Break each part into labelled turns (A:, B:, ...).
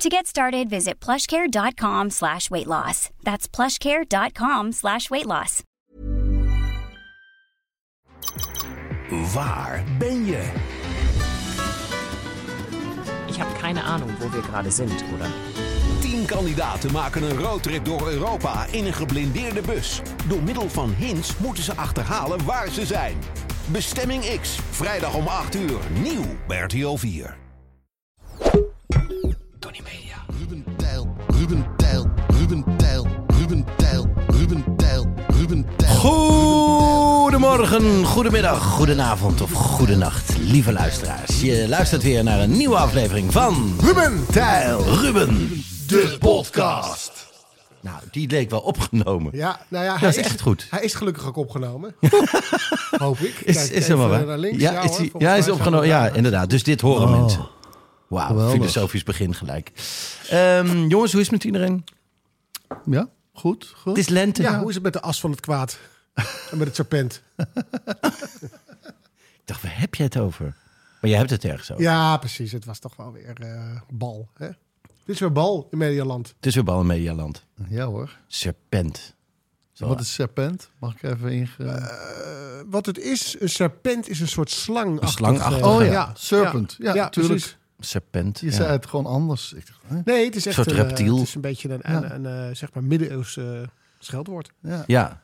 A: To get started, visit plushcare.com slash weight loss. That's plushcare.com slash weight loss.
B: Waar ben je?
C: Ich habe keine Ahnung, wo wir gerade sind, oder?
B: Tien kandidaten maken een roadtrip door Europa in een geblindeerde bus. Door middel van hints moeten ze achterhalen waar ze zijn. Bestemming X, vrijdag om 8 uur, nieuw bij RTL 4. Tony Media.
D: Ruben Tijl, Ruben Tijl, Ruben Tijl, Ruben Tijl, Ruben Tijl, Ruben Tijl.
E: Goedemorgen, goedemiddag, goedenavond of goedenacht, lieve luisteraars. Je luistert weer naar een nieuwe aflevering van
D: Ruben Tijl.
E: Ruben.
D: De podcast.
E: Nou, die leek wel opgenomen.
F: Ja, nou ja, hij
E: is echt goed.
F: Hij is gelukkig ook opgenomen. Hoop ik. Kijk,
E: Is, is
F: even
E: helemaal waar.
F: naar links.
E: ja, is,
F: hoor,
E: die-
F: volgens
E: ja,
F: mij
E: is
F: zijn we
E: opgenomen.
F: daar.
E: Ja, inderdaad. Dus dit horen mensen. Wauw,
F: Geweldig.
E: filosofisch begin gelijk. Ehm, jongens, hoe is het met iedereen?
G: Ja, goed. goed.
E: Het is lente.
F: Ja, hoe is het met de as van het kwaad? En met het serpent?
E: Ik dacht, waar heb je het over? Maar jij hebt het ergens over.
F: Ja, precies. Het was toch wel weer eh, bal. Hè? Dit is weer bal in Medialand.
E: Het is weer bal in Medialand.
G: Ja hoor.
E: Serpent. Zo.
G: Wat is serpent? Mag ik even inge...
F: Eh, Wat het is, een serpent is een soort slang. eh,
E: slangachtige.
G: oh ja, serpent. Ja, natuurlijk.
F: precies.
E: Serpent.
G: Je
E: ja.
G: zei het gewoon anders. Ik dacht, hè?
F: Nee, het is echt
E: soort
F: een, eh,
E: reptiel.
F: Het is een beetje een, een, een, eh, zeg maar middeleeuws eh, scheldwoord.
E: Ja.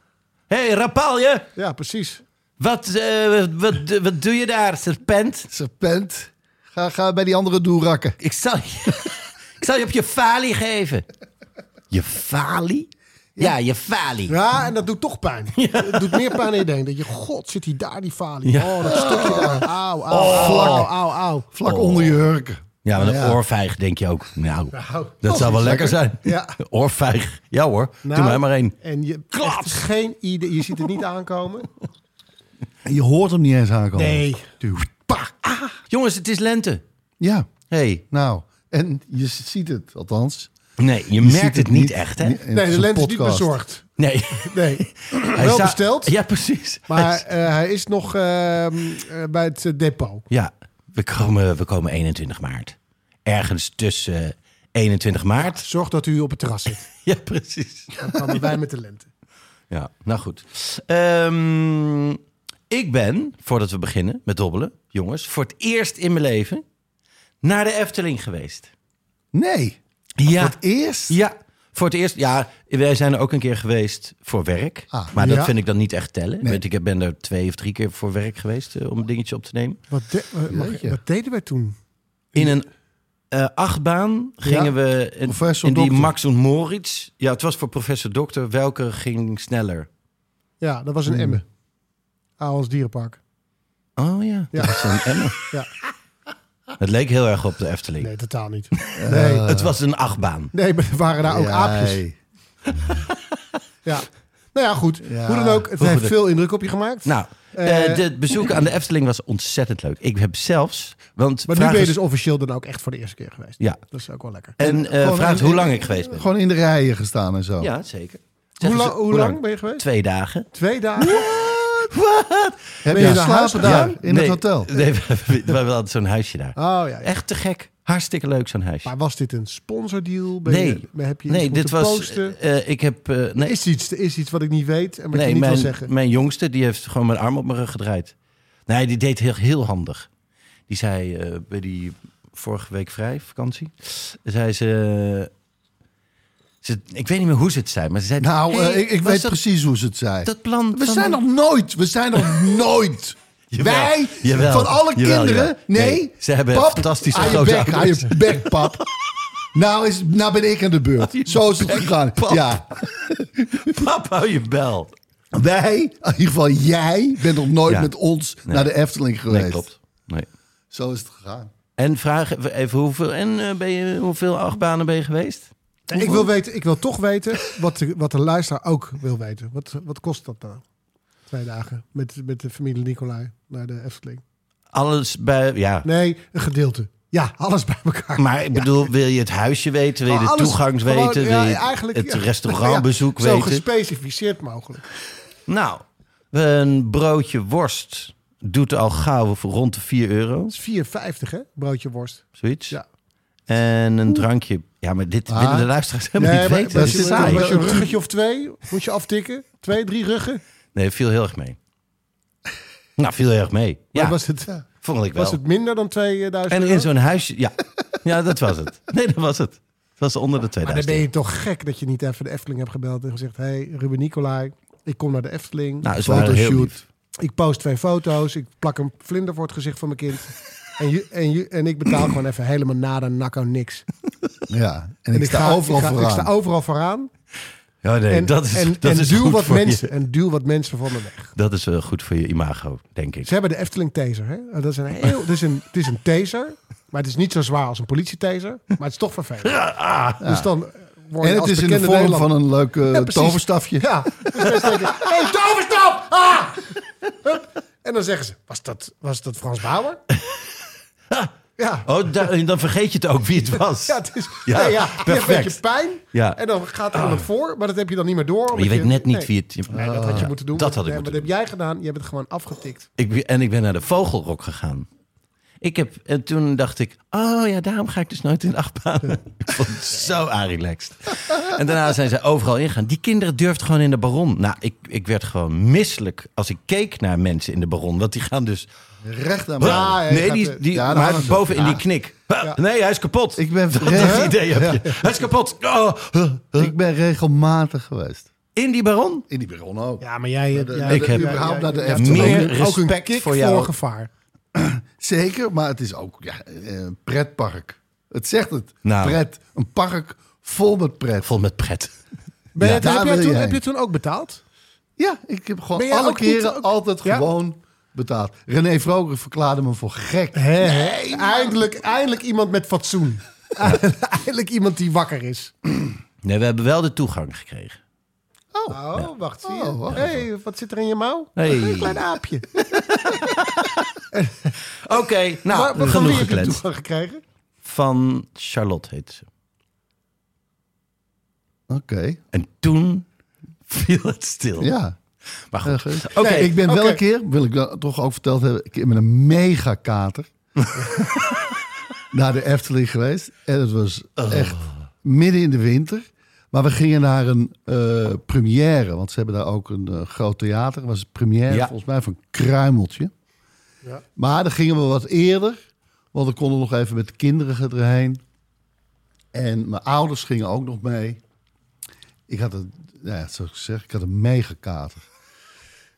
E: Hé, hey, Rapalje!
F: Ja, precies.
E: Wat, eh, wat, wat, wat doe je daar, serpent?
G: Serpent. Ga, ga bij die andere doerakken.
E: Ik zal je, ik zal je op je falie geven. Je falie? Ja, je falie.
F: Ja, en dat doet toch pijn. Het doet meer pijn dan je denkt. Dat je, god, zit hij daar, die falie.
E: Ja. Oh.
F: Oh, dat stukje daar. Auw, auw, auw, auw, auw.
G: Vlak onder je hurken.
E: Ja, maar een
G: Ja.
E: oorvijg denk je ook. Nou, dat
F: dat
E: zou wel
F: is
E: lekker zijn.
F: Ja.
E: Oorvijg. Ja hoor,
F: Nou,
E: doe mij maar één.
F: En je
E: Klats.
F: echt geen idee. Je ziet het niet aankomen.
G: En je hoort hem niet eens aankomen.
F: Nee.
G: Duw, pa.
E: Jongens, het is lente.
G: Ja,
E: hey.
G: nou. En je ziet het, althans.
E: nee, je,
G: Je
E: merkt
G: ziet
E: het, niet echt, hè?
G: Nee, het
F: Nee,
G: is
F: de
G: een
F: lens is niet
G: podcast.
F: bezorgd.
E: Nee.
F: Nee.
E: Hij
F: Wel
E: zou-
F: besteld.
E: Ja, precies. Hij
F: Maar
E: is-
F: eh, hij is nog ehm, eh, bij het eh, depot.
E: Ja, we komen, we komen 21 maart. Ergens tussen eh, 21 maart.
F: Zorg dat u op het terras zit.
E: Ja, precies.
F: Dan komen wij met de lente.
E: Ja, nou goed. Ehm, ik ben, voordat we beginnen met dobbelen, jongens, voor het eerst in mijn leven naar de Efteling geweest.
G: Nee.
E: Ja.
G: Voor het eerst?
E: Ja, voor het eerst. Ja, wij zijn er ook een keer geweest voor werk.
G: Ah,
E: maar dat
F: ja.
E: vind ik dan niet echt tellen. Weet, ik ben er twee of drie keer voor werk geweest eh, om een dingetje op te nemen.
F: Wat, de- eh, mag ik-
G: Jeetje.
F: wat deden wij toen?
E: In een eh, achtbaan gingen
G: Ja.
E: we in,
G: Professor
E: in die
G: Dokter.
E: Max en Moritz. Ja, het was voor professor Dokter. Welke ging sneller?
F: Ja, dat
E: Hmm.
F: was een Emmen. Aalans Dierenpark.
E: Oh ja,
F: Ja.
E: dat was een Emma.
F: Ja.
E: Het leek heel erg op de Efteling.
F: Nee, eh. totaal niet. Nee,
E: Het was een achtbaan.
F: nee maar er waren daar ook
G: Ja,
F: aapjes.
G: hey.
F: Ja. Nou ja, goed.
G: Ja.
F: Hoe dan ook, het
E: Hoe
F: heeft
E: goed.
F: veel indruk op je gemaakt.
E: Nou,
F: Eh,
E: eh het bezoek aan de Efteling was ontzettend leuk. Ik heb zelfs... Want
F: maar nu
E: vraag
F: ben je
E: is-
F: dus officieel dan ook echt voor de eerste keer geweest.
E: Ja.
F: Dat is ook wel lekker.
E: En eh,
G: Gewoon
E: vraagt
G: in-
E: hoe lang ik geweest ben.
G: Gewoon in de rijen gestaan en zo.
E: Ja, zeker.
F: Oh. Hoe,
E: Zeggen
F: lang-
E: ze-
F: hoe lang ben je geweest?
E: Twee dagen.
F: Twee dagen?
G: Heb
F: Ben
G: je
F: je daar
G: geslapen daar? In
E: Nee,
G: het hotel?
E: Nee, we, we- we hadden zo'n huisje daar.
F: Oh ja. ja.
E: Echt te gek. Hartstikke leuk zo'n huisje.
F: Maar was dit een sponsordeal? Ben
E: nee,
F: je, heb je
E: nee
F: iets
E: dit
F: moeten
E: was...
F: posten?
E: eh, ik heb... eh, nee,
F: Is, iets, is iets wat ik niet weet en wat je
E: nee
F: niet
E: mijn,
F: wil zeggen?
E: mijn jongste die heeft gewoon mijn arm op mijn rug gedraaid. Nee, die deed heel, heel handig. Die zei eh, bij die vorige week vrij, vakantie. Zei ze... ze- Ik weet niet meer hoe ze het zei, maar ze zei...
G: Nou,
E: "Hey,
G: eh, ik, ik
E: was
G: weet
E: dat-
G: precies hoe ze het zei.
E: Dat plan
G: We
E: van-
G: zijn nog nooit, we zijn nog nooit.
E: Jawel,
G: Wij,
E: jawel,
G: van alle
E: jawel,
G: kinderen,
E: jawel.
G: nee.
E: Nee, ze hebben
G: pap,
E: fantastische
G: aan je
E: grote
G: bek, aan
E: ouders.
G: je bek, pap. Nou, is, nou ben ik aan de beurt. Zo is het gegaan.
E: pap.
G: Ja,
E: Pap, hou je bel.
G: wij, in ieder geval jij, bent nog nooit
E: Ja.
G: met ons
E: Nee.
G: naar de Efteling geweest.
E: Nee, klopt. Nee.
G: Zo is het gegaan.
E: En vraag even hoeveel, en, eh, ben je, hoeveel achtbanen ben je geweest?
F: ik, wil weten, ik wil toch weten wat de, wat de luisteraar ook wil weten. Wat, wat kost dat nou? Twee dagen met, met de familie Nicolai naar de Efteling.
E: Alles bij, ja.
F: Nee, een gedeelte. Ja, alles bij elkaar.
E: Maar ik bedoel, wil je het huisje weten? Wil je de
F: Maar Nou, alles
E: toegangs
F: gewoon-
E: weten?
F: ja,
E: Wil je
F: eigenlijk,
E: het
F: ja.
E: restaurantbezoek
F: Ja, Zo
E: weten?
F: gespecificeerd mogelijk.
E: Nou, een broodje worst doet al gauw voor rond de 4 euro,
F: Dat is 4,50 hè, broodje worst.
E: zoiets.
F: Ja.
E: En een drankje. Ja, maar dit
G: Ah.
E: willen de luisteraars helemaal niet
F: maar-
E: weten.
F: maar
E: Dit is
F: als je-
E: saai.
F: als je een ruggetje of twee moet je aftikken. Twee, drie ruggen.
E: Nee, het viel heel erg mee. Nou, viel heel erg mee. Ja,
F: Maar was het,
E: vond ik wel.
F: was het minder dan 2000
E: En
F: euro?
E: in zo'n huisje, ja. Ja, dat was het. Nee, dat was het. Het was onder de
F: Maar dan
E: 2000.
F: ben je toch gek dat je niet even de Efteling hebt gebeld en gezegd... hey, Ruben Nicolai, ik kom naar de Efteling.
E: Nou, ze waren heel
G: Fotoshoot.
E: lief.
F: Ik post twee foto's. Ik plak een vlinder voor het gezicht van mijn kind. En, ju- en, ju- en ik betaal gewoon even helemaal nada, nakko, niks.
G: Ja, en, ik, sta overal
F: ik ga-
G: vooraan.
F: Ik sta overal vooraan.
E: Ja, nee,
F: en
E: dat is,
F: en,
E: dat
F: en
E: is
F: duw
E: goed
F: wat
E: voor je.
F: mensen, en duw wat mensen van de weg.
E: Dat is wel goed voor je imago, denk ik.
F: Ze hebben de Efteling taser. Hè? Oh, Dat is een heel, het, is een, het is een taser, maar het is niet zo zwaar als een politietaser. Maar het is toch vervelend.
E: ah.
F: Dus dan worden
G: en het is in de vorm van een leuk eh,
F: Ja, precies.
G: toverstafje.
F: Ja, dus mensen denken, hey, toverstaf! Ah! Hup. En dan zeggen ze, was dat, was dat Frans Bauer? Ja.
E: Oh, da- dan vergeet je het ook wie het was.
F: Ja, het is,
E: Ja,
F: ja, ja, je hebt een
E: perfect.
F: beetje pijn
E: Ja.
F: en dan gaat er iemand voor, maar dat heb je dan niet meer door.
E: Maar
F: omdat
E: je weet net niet
F: nee.
E: wie het...
F: Nee, dat had je moeten doen.
E: Ah. Dat had ik
F: Nee,
E: moeten
F: maar dat heb jij gedaan. Je hebt het gewoon afgetikt.
E: Ik, ben- en ik ben naar de Vogelrok gegaan. Ik heb, en toen dacht ik, oh ja, daarom ga ik dus nooit in de achtbaan. ik vond het zo relaxed. en daarna zijn ze overal ingegaan. Die kinderen durfden gewoon in de baron. Nou, ik, ik werd gewoon misselijk als ik keek naar mensen in de baron. Want die gaan dus...
G: Recht aan
F: Ja,
G: mij.
F: hij
E: nee,
F: gaat,
E: die,
F: eh,
E: die,
G: ja, daar
E: maar
G: hangen ze.
E: boven in
G: Ja.
E: die knik. Nee, hij is kapot.
G: Ik ben,
E: dat
G: re-
E: idee heb je. Hij is kapot. Oh, huh, huh.
G: ik ben regelmatig geweest.
E: In die baron?
G: In die baron ook.
F: Ja, maar jij...
G: de-
F: jij-
E: ik
F: jij-
E: heb
G: überhaupt
F: jij-
G: naar de
F: jij hebt
G: Efteling.
F: ook een-
E: Meer
F: ook een
E: respect
F: kick
E: voor jou.
F: voor gevaar.
G: Zeker, maar het is ook ja, eh, een pretpark. Het zegt het.
E: Nou.
G: Pret. Een park vol met pret.
E: Vol met pret.
F: Ben
G: Ja,
F: je-
G: daar
F: heb, jij
G: wil
F: toen,
G: je
F: heb
G: heen.
F: je toen ook betaald?
G: Ja, ik heb gewoon
F: Ben jij
G: alle
F: ook niet-
G: keren
F: ook-
G: altijd
F: Ja?
G: gewoon betaald. René Vroger verklaarde me voor gek.
F: eindelijk, eindelijk iemand met fatsoen. eindelijk iemand die wakker is.
E: Nee, we hebben wel de toegang gekregen.
F: Oh, wacht. zie je?
G: Oh, wacht
F: hey, wat zit er in je mouw?
E: Hey.
F: Een klein aapje.
E: Oké, nou,
F: maar wat
E: genoeg
F: heb je
E: gekletst.
F: toegang gekregen?
E: Van Charlotte heet ze.
G: Oké,
E: En toen viel het stil.
G: ja.
E: Maar
G: Eh,
E: goed.
G: ge-
E: Oké,
G: Nee, ik ben wel
F: oké.
G: een keer, wil ik wel toch ook verteld hebben, ik ben met een mega kater naar de Efteling geweest. En het was echt midden in de winter. Maar we gingen naar een eh, première, want ze hebben daar ook een eh, groot theater. Het was een première
E: Ja.
G: volgens mij van Kruimeltje. Maar dan gingen we wat eerder, want we konden nog even met de kinderen erheen. En mijn ouders gingen ook nog mee. Ik had een, nou ja, zoals ik zeg, ik had een mega kater.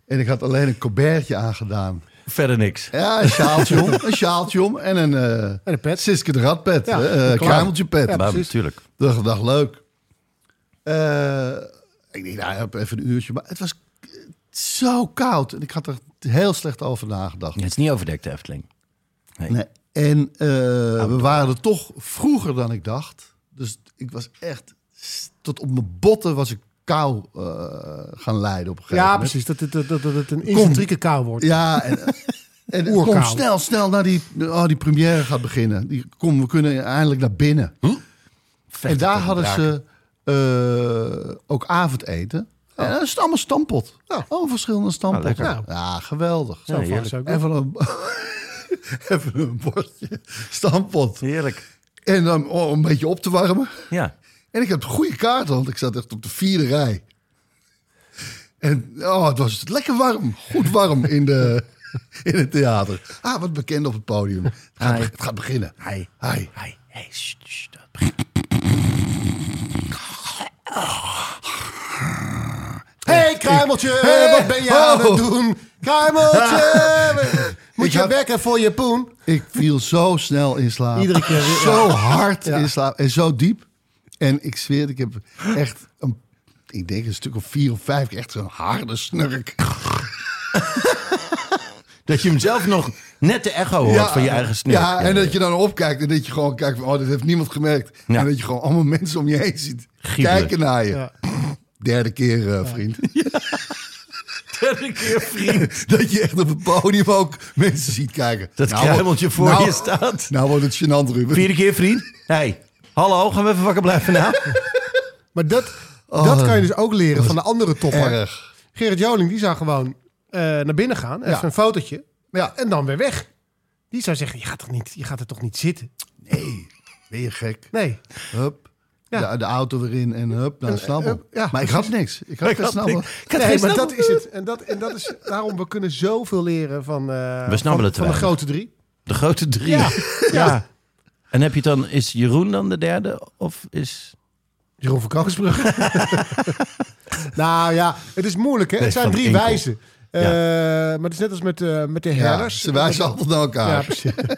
G: En ik had alleen een colbertje aangedaan.
E: verder niks.
G: Ja, een sjaaltje om, een sjaaltje om en een, eh
F: een pet.
G: Siske de Radpet,
F: Ja,
G: eh, eh,
F: klaar.
G: kruimeltjepet.
F: Ja,
E: maar
F: precies.
E: natuurlijk.
G: Dag, dag, leuk. Eh, ik denk, nou, ik heb even een uurtje. Maar het was k- zo koud. En ik had er heel slecht over nagedacht.
E: Het is niet overdekt, de Efteling.
G: Nee. En eh,
F: Nou,
G: we waren er toch vroeger dan ik dacht. Dus ik was echt... s- Tot op mijn botten was ik kou eh, gaan lijden op een gegeven
F: Ja,
G: moment.
F: precies. Dat, dat, dat, dat het een incentrieke kou wordt.
G: Ja, en, en
F: Oerkoud.
G: kom snel, snel naar die, oh, die première gaat beginnen. Die, kom, we kunnen eindelijk naar binnen. en daar hadden ze eh, ook avondeten. En dat is het allemaal stampot. Ja. Allemaal verschillende stampotten.
E: lekker.
G: ja, geweldig.
F: Zo vaak zou ik
G: Even een, even een bordje stampot.
E: Heerlijk.
G: En dan om een beetje op te warmen.
E: Ja.
G: En ik heb goede kaarten, want ik zat echt op de vierde rij. En oh, het was lekker warm, goed warm in, de, in het theater. Ah, wat bekend op het podium. Het gaat, het gaat beginnen. Hi. Hi.
E: Hey, hey, sst, sst, dat-
F: Hé, hey, Kruimeltje, wat ben je aan het doen? Kruimeltje, moet
G: Ik
F: je
G: had-
F: wekken voor je poen?
G: Ik viel zo snel in slaap.
F: Iedere keer weer,
G: Zo hard in slaap en zo diep. En ik zweer, het, ik heb echt een, ik denk een stuk of vier of vijf, keer echt zo'n harde snurk.
E: Dat je hem zelf nog net de echo hoort van je eigen snurk.
G: Ja, en dat je dan opkijkt en dat je gewoon kijkt van, oh, dit heeft niemand gemerkt.
E: Ja.
G: En dat je gewoon allemaal mensen om je heen ziet
E: Giebelen.
G: kijken naar je.
F: Ja.
G: Derde keer, eh, vriend.
E: Derde keer, vriend.
G: dat je echt op het podium ook mensen ziet kijken.
E: Dat
G: wordt-
E: kruimeltje voor
G: nou-
E: je staat.
G: Nou wordt het gênant, Ruben.
E: Vierde keer, vriend. hey, hallo, gaan we even wakker blijven nou?
F: Maar dat, dat kan je dus ook leren van de andere topper.
G: Erg.
F: Gerrit Joling, die zou gewoon eh, naar binnen gaan. Even
G: Ja.
F: een fotootje.
G: Ja.
F: En dan weer weg. Die zou zeggen, je gaat, toch niet, je gaat er toch niet zitten?
G: Nee, ben je gek?
F: Nee.
G: Hup.
F: Ja.
G: De, de auto weer in en hup, nou, naar de snabbel.
F: hup, ja.
G: Maar ik had niks. Ik had geen snabbel.
E: Ik had
F: Nee,
E: geen
F: maar dat
E: snabbel.
F: is het. En, dat, en dat is daarom, we kunnen zoveel leren van, eh,
E: We snabbelen het
F: van, van de
E: weinig.
F: grote drie.
E: De grote drie.
F: Ja.
E: Ja. En heb je dan, is Jeroen dan de derde? Of is...
F: Jeroen van Kalkensbrug. nou ja, het is moeilijk hè.
E: Nee,
F: Het zijn
E: van
F: drie
E: Enkel.
F: wijzen. Eh, maar het is net als met, eh, met de
G: Ja,
F: herders.
G: ze wijzen altijd naar
F: Ja,
G: elkaar.
F: precies.
G: Hij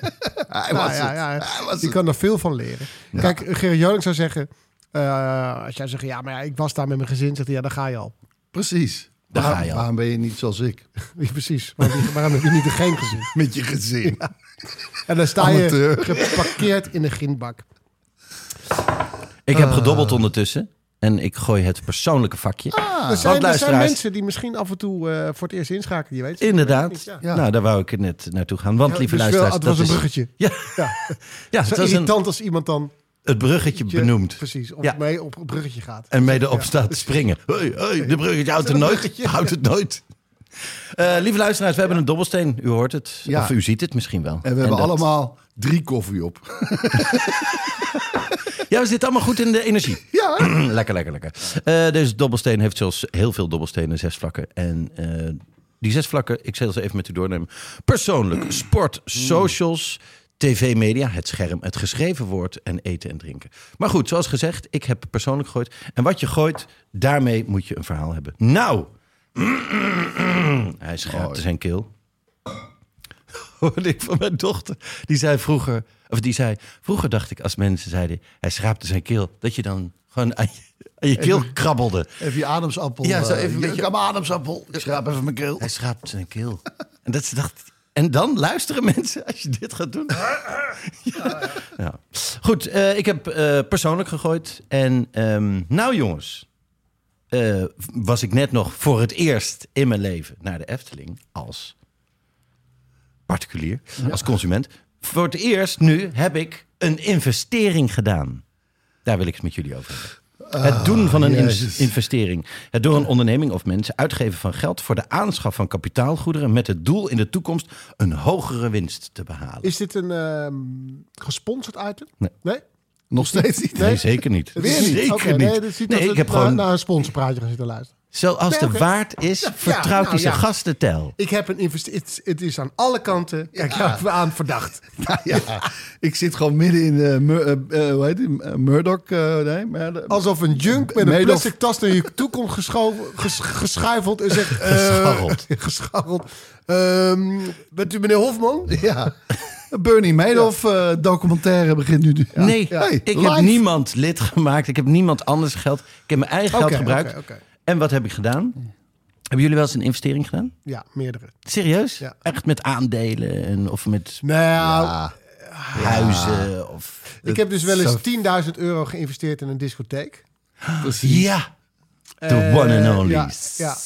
F: Nou,
G: was
F: ja,
G: het.
F: ja, ja.
G: Hij was
F: Je
G: het.
F: kan er veel van leren. Kijk, Gerrit Joling zou zeggen... eh, als jij zegt, ja, maar ja, ik was daar met mijn gezin, zegt hij, ja, dan ga je al.
G: Precies.
E: Daar
G: Waarom-
E: ga je al.
G: Waarom ben je niet zoals ik?
F: Ja, Precies, maar die- waarom heb je niet een geen gezin?
G: Met je gezin.
F: En dan sta je
G: Amateur.
F: geparkeerd in een grindbak.
E: Ik heb gedobbeld ondertussen. En ik gooi het persoonlijke vakje.
F: er,
E: Ah. Want
F: zijn, er zijn
E: luisteraars-
F: mensen die misschien af en toe eh, voor het eerst inschakelen, je weet het.
E: Inderdaad.
F: Ja.
G: Ja.
E: Nou, daar wou ik net naartoe gaan. Want, lieve
F: dus wel,
E: luisteraars...
F: het was een
E: dat is-
F: bruggetje.
E: Ja,
F: Ja.
E: ja
F: Zo
E: het was een,
F: irritant als iemand dan
E: het bruggetje benoemd.
F: precies, of
E: Ja.
F: mee op het bruggetje gaat.
E: En mede op staat te springen. Hoi, hoi, de bruggetje houdt het nooit. Houdt het nooit. Eh, lieve luisteraars, we hebben een dobbelsteen. U hoort het.
G: Ja.
E: Of u ziet het misschien wel.
G: En we hebben
E: dat-
G: allemaal drie koffie op.
E: Ja, we zitten allemaal goed in de energie.
G: Ja.
E: lekker, lekker, lekker. Eh, deze dobbelsteen heeft zoals heel veel dobbelstenen zes vlakken. En eh, die zes vlakken, ik zal ze even met u doornemen. Persoonlijk, sport, socials, tv-media, het scherm, het geschreven woord en eten en drinken. Maar goed, zoals gezegd, ik heb persoonlijk gegooid. En wat je gooit, daarmee moet je een verhaal hebben. Nou, hij schaapte zijn keel. Hoorde ik van mijn dochter. Die zei vroeger, of die zei, vroeger dacht ik als mensen zeiden, hij schraapte zijn keel, dat je dan gewoon aan je, aan je keel krabbelde.
G: Even je ademsappel.
E: Ja, zo
G: eh,
E: even een
G: je-
E: beetje-
G: Ik heb mijn ademsappel. Ik schraap even mijn keel.
E: Hij schraapte zijn keel. En dat ze dacht, en dan luisteren mensen als je dit gaat doen. Ja. Ja. Goed, eh, ik heb eh, persoonlijk gegooid. En ehm, nou jongens, eh, was ik net nog voor het eerst in mijn leven naar de Efteling als particulier, als consument. Voor het eerst nu heb ik een investering gedaan. Daar wil ik het met jullie over hebben. Het doen van een in-
G: Jezus.
E: investering. Het door een onderneming of mensen uitgeven van geld voor de aanschaf van kapitaalgoederen met het doel in de toekomst een hogere winst te behalen.
F: Is dit een ehm, gesponsord item?
E: Nee.
G: Nog steeds niet.
E: Nee, zeker niet.
F: Weer niet?
E: Zeker
F: Oké,
E: niet.
F: Nee, dat ziet
E: Nee,
F: dat
E: ik
F: nou, we
E: heb
F: naar,
E: gewoon,
F: naar een sponsorpraatje gaan zitten luisteren.
E: zoals
F: Nee,
E: de
F: oké.
E: waard is,
F: Ja,
E: vertrouwt
F: nou,
E: hij zijn
F: ja.
E: gastentel.
F: Ik heb een investering. Het, het is aan alle kanten. Kijk, ja. aan verdacht.
G: Nou ja, ik zit gewoon midden in de Mur- eh, eh, hoe heet die? Eh, Murdoch. eh, nee, Murdoch.
F: Alsof een junk met een
G: Madoff.
F: plastic tas naar je toe komt geschoven, ges- geschuifeld en zegt... eh,
E: Gescharreld.
F: gescharreld. Ehm, bent u meneer Hofman?
G: Ja. Een Bernie Madoff eh, documentaire begint nu.
E: Nee,
G: Ja. Hey,
E: ik heb
G: live.
E: niemand lid gemaakt. Ik heb niemand anders geld. Ik heb mijn eigen geld
F: Oké,
E: gebruikt.
F: oké, oké.
E: En wat heb ik gedaan? Hebben jullie wel eens een investering gedaan?
F: Ja, meerdere.
E: Serieus?
F: Ja.
E: Echt met aandelen en, of met
F: Nou,
E: huizen? Of...
F: ik heb dus wel eens
G: Zo-
F: 10.000 euro geïnvesteerd in een discotheek.
G: Precies.
E: Ja, the one and only.
F: Eh, Ja, ja.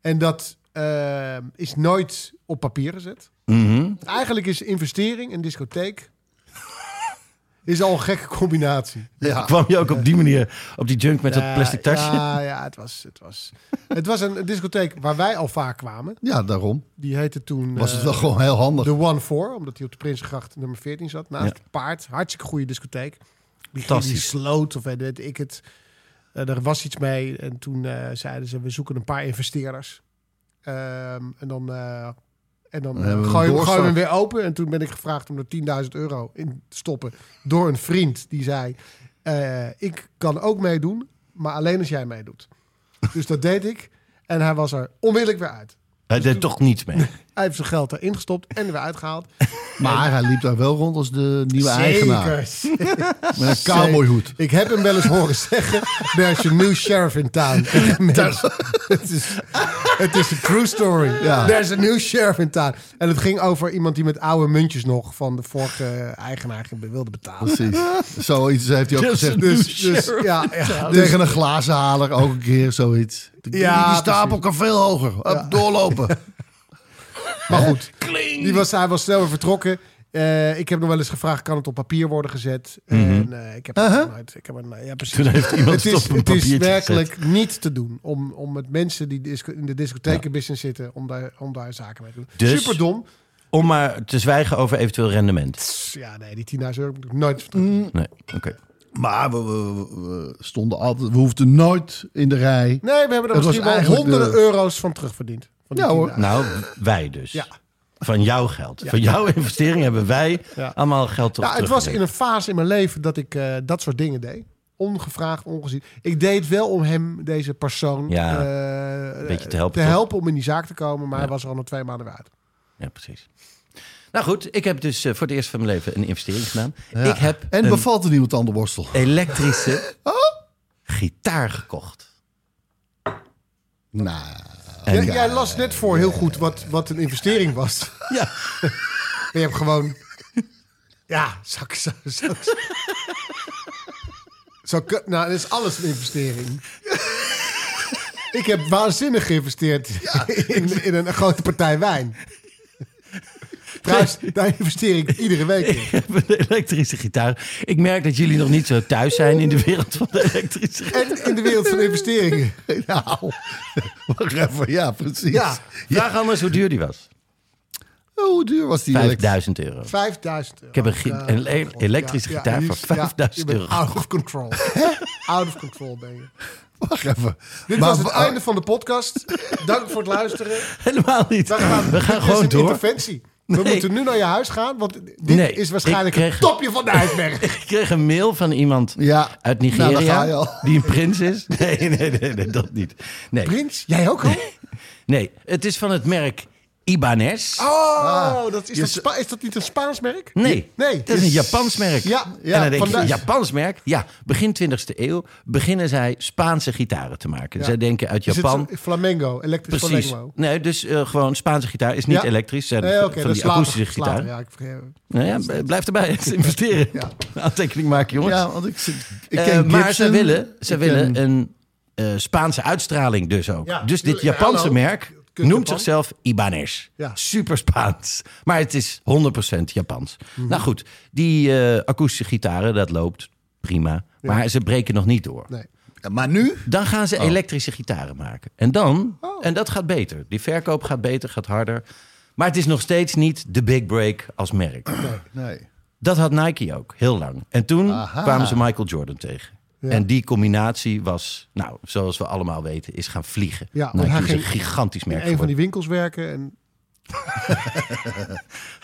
F: En dat ehm, is nooit op papier gezet. Eigenlijk is investering en discotheek... is al een gekke combinatie.
G: Ja.
E: Kwam je ook op die manier op die junk met dat plastic
F: Ja,
E: tasje?
F: Eh, Ja, ja het, was, het, was, het was een discotheek waar wij al vaak kwamen.
G: ja, daarom.
F: Die heette toen
G: Was het
F: eh,
G: wel gewoon heel handig.
F: de One Four, omdat hij op de Prinsengracht nummer 14 zat. Naast
E: Ja.
F: het paard. Hartstikke goede discotheek. Die, ging die
E: Fantastisch.
F: sloot, of weet ik het. Eh, er was iets mee. En toen eh, zeiden ze, we zoeken een paar investeerders. Ehm, en dan, eh, en dan,
G: Dan
F: eh,
G: hebben
F: gooien we
G: we een
F: gooien
G: doorstart.
F: we hem weer open. En toen ben ik gevraagd om er 10.000 euro in te stoppen. Door een vriend die zei, eh, ik kan ook meedoen, maar alleen als jij meedoet. Dus dat deed ik. En hij was er onmiddellijk weer uit.
E: Hij deed toch niets mee.
F: Hij heeft zijn geld erin gestopt en er weer uitgehaald.
G: Maar hij liep daar wel rond als de nieuwe eigenaar.
F: Zeker.
G: Met een cowboyhoed.
F: Ik heb hem wel eens horen zeggen, there's a new sheriff in town. Tegen mensen. Het is, het is een true story.
G: Ja.
F: There's a new sheriff in town. En het ging over iemand die met oude muntjes nog van de vorige eigenaar wilde betalen.
G: Precies. Zoiets heeft hij ook gezegd.
F: Dus, dus ja, ja, dus-
G: Tegen een glazenhaler ook een keer zoiets. Die,
F: Ja,
G: die stapel
F: precies.
G: kan veel hoger. Hup, Doorlopen.
F: Maar goed, die was, hij was snel weer vertrokken. Eh, ik heb nog wel eens gevraagd, kan het op papier worden gezet? En, eh, ik heb het vanuit- ik heb het vanuit- ja, precies.
E: Mhm. Toen heeft iemand
F: het
E: het
F: is,
E: op een
F: het is
E: papiertje
F: werkelijk niet te doen om, om met mensen die disco- in de discothekenbusiness zitten, om daar, om daar zaken mee te doen.
E: Dus-
F: Super dom.
E: Om maar te zwijgen over eventueel rendement.
F: Ja, nee, die 10.000 euro moet ik nooit vertrouwen.
E: Nee, oké.
G: Maar we, we- we stonden altijd... We hoefden nooit in de rij.
F: Nee, we hebben er
G: Dat was
F: misschien wel
G: eigenlijk
F: honderden
G: de-
F: euro's van terugverdiend. Van die
G: Ja, hoor.
F: 10.000.
E: Nou, wij dus.
F: Ja.
E: Van jouw geld. Van jouw investering hebben wij
F: Ja.
E: allemaal geld op
F: Ja, Nou, het was in een fase in mijn leven dat ik eh, dat soort dingen deed. Ongevraagd, ongezien. Ik deed het wel om hem, deze persoon,
E: Ja,
F: eh,
E: beetje te helpen,
F: te
E: toch?
F: helpen om in die zaak te komen. Maar
E: Ja.
F: hij was er al na twee maanden weer uit.
E: Ja, precies. Nou goed, ik heb dus eh, voor het eerst van mijn leven een investering gedaan.
G: Ja.
E: Ik heb
G: en
E: een
G: bevalt er nieuwe tandenborstel.
E: elektrische
F: Oh.
E: gitaar gekocht.
G: Nou,
E: En
F: Jij- Jij las net voor heel goed wat, wat een investering was.
E: Ja.
F: Maar je hebt gewoon... Ja, zak, zak, zak. Zo, kun- nou, dat is alles een investering. Ik heb waanzinnig geïnvesteerd in, in een grote partij wijn. Trouwens, daar investeer ik iedere week in.
E: Ik heb een elektrische gitaar. Ik merk dat jullie nog niet zo thuis zijn in de wereld van de elektrische gitaar.
F: En in de wereld van investeringen.
G: nou. Wacht even. Ja, precies.
F: Ja.
E: Vraag anders hoe duur die was.
G: Oh, Hoe duur was die? elektrisch?
E: 5000 euro.
F: 5000 euro. Eh,
E: Ik heb een gi-
F: Ja,
E: een le- elektrische
F: ja, ja.
E: gitaar voor
F: Ja,
E: 5000
F: je bent
E: euro.
F: Out of control. out of control ben je.
G: Wacht even.
F: Dit
G: Maar- oh,
F: was het einde van de podcast. Dank voor het luisteren.
E: Helemaal niet.
F: We gaan,
E: We gaan
F: dit
E: gewoon
F: is een
E: door.
F: interventie. We
E: Nee.
F: moeten nu naar je huis gaan, want dit
E: Nee,
F: is waarschijnlijk
E: ik kreeg-
F: het topje van de ijsberg.
E: Ik kreeg een mail van iemand
G: Ja.
E: uit
G: Nou, daar
E: Nigeria
G: ga je al.
E: die een prins is. Nee, nee, nee, nee, dat niet. Nee.
F: Prins, jij ook al?
E: nee, het is van het merk Ibanez.
F: Oh, dat is,
G: Ah. je
F: dat
G: z-
F: Spa- is dat niet een Spaans merk?
E: Nee,
F: Nee. dus-
E: het is een Japans merk.
F: Ja, ja,
E: en dan denk
F: vandaar.
E: je, Japans merk? Ja, begin 20e eeuw beginnen zij Spaanse gitaren te maken. Zij denken uit
F: Is het
E: Japan.
F: een Flamengo, elektrisch
E: Precies.
F: Flamengo.
E: Nee, dus eh, gewoon Spaanse gitaar is niet
F: Ja.
E: elektrisch. Zijn
F: Nee, oké,
E: van
F: dat is
E: die
F: later.
E: akoestische
F: dat is later,
E: gitaar.
F: ja, ik vergeet-
E: Nou ja, b- blijf erbij. Investeren. Aantekening maken, jongens.
G: Ja, want ik, zit- ik
E: Eh,
G: ken
E: maar
G: Gibson,
E: ze willen, ze
G: ik
E: willen
G: ken-
E: een eh, Spaanse uitstraling dus ook.
F: Ja,
E: dus dit
F: tuurlijk.
E: Japanse
F: Hallo.
E: merk
F: Kut
E: noemt
F: Japan.
E: zichzelf Ibanez.
F: Ja.
E: Super Spaans. Maar het is 100% Japans.
F: Mhm.
E: Nou goed, die eh, akoestische gitaren, dat loopt prima. Maar ze breken nog niet door.
F: Nee.
G: Ja, Maar nu?
E: Dan gaan
F: Oh.
E: ze elektrische gitaren maken. En dan, en dat gaat beter. Die verkoop gaat beter, gaat harder. Maar het is nog steeds niet de big break als merk.
G: Nee.
E: Dat had Nike ook, heel lang. En toen
G: Aha.
E: kwamen ze Michael Jordan tegen. En die combinatie was, nou, zoals we allemaal weten, is gaan vliegen.
F: Ja, want
E: Nike
F: hij
E: is
F: ging
E: een gigantisch
F: in
E: merk
F: een van
E: geworden.
F: die winkels werken. En,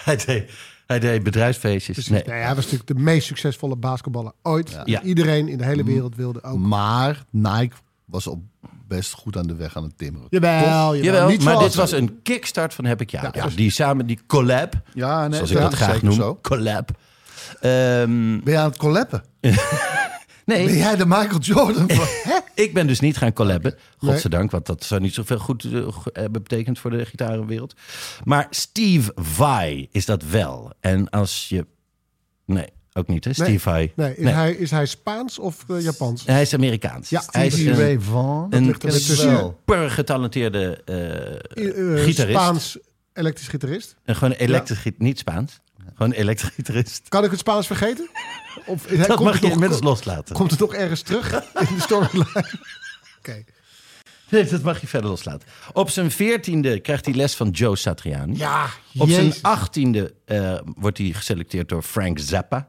E: Hij deed, hij deed bedrijfsfeestjes. Nee.
F: nee, hij was natuurlijk de meest succesvolle basketballer ooit.
E: Ja. Mm.
F: Iedereen in de hele wereld wilde ook.
G: Maar Nike was op best goed aan de weg aan het timmeren.
F: Jawel, jawel.
E: Jawel,
F: niet
E: maar
F: zoals-
E: dit was een kickstart van Heb ik jou. Ja, Die samen, die collab,
G: Ja, nee,
E: zoals ik
G: ja,
E: dat graag
G: zeker
E: noem,
G: zo.
E: collab. Ehm,
G: Ben je aan het collappen? Ben
E: nee,
G: jij de Michael Jordan? van- Hè?
E: ik ben dus niet gaan collaben. Godzijdank, want dat zou niet zoveel goed eh, ge- hebben betekend voor de gitarenwereld. Maar Steve Vai is dat wel. En als je... Nee, ook niet hè, Steve Vai.
F: Nee, is, Hij, is hij Spaans of eh, Japans?
E: Hij is Amerikaans.
F: Ja,
E: hij is
G: Stevie
E: een,
G: Ray Vaughan?
E: een
F: ligt er weer tussen.
E: super getalenteerde eh,
F: Eh, eh,
E: gitarist.
F: Spaans elektrisch gitarist.
E: En gewoon elektrisch, git- niet Spaans. Gewoon elektrisch gitarist.
F: Kan ik het Spaans vergeten? Of hij
E: Dat mag
F: het
E: je
F: nog-
E: inmiddels loslaten.
F: Komt het nog ergens terug in de storyline? Oké.
E: Nee, dat mag je verder loslaten. Op zijn veertiende krijgt hij les van Joe Satriani.
F: Ja,
E: Op zijn
F: jezus.
E: achttiende eh, wordt hij geselecteerd door Frank Zappa.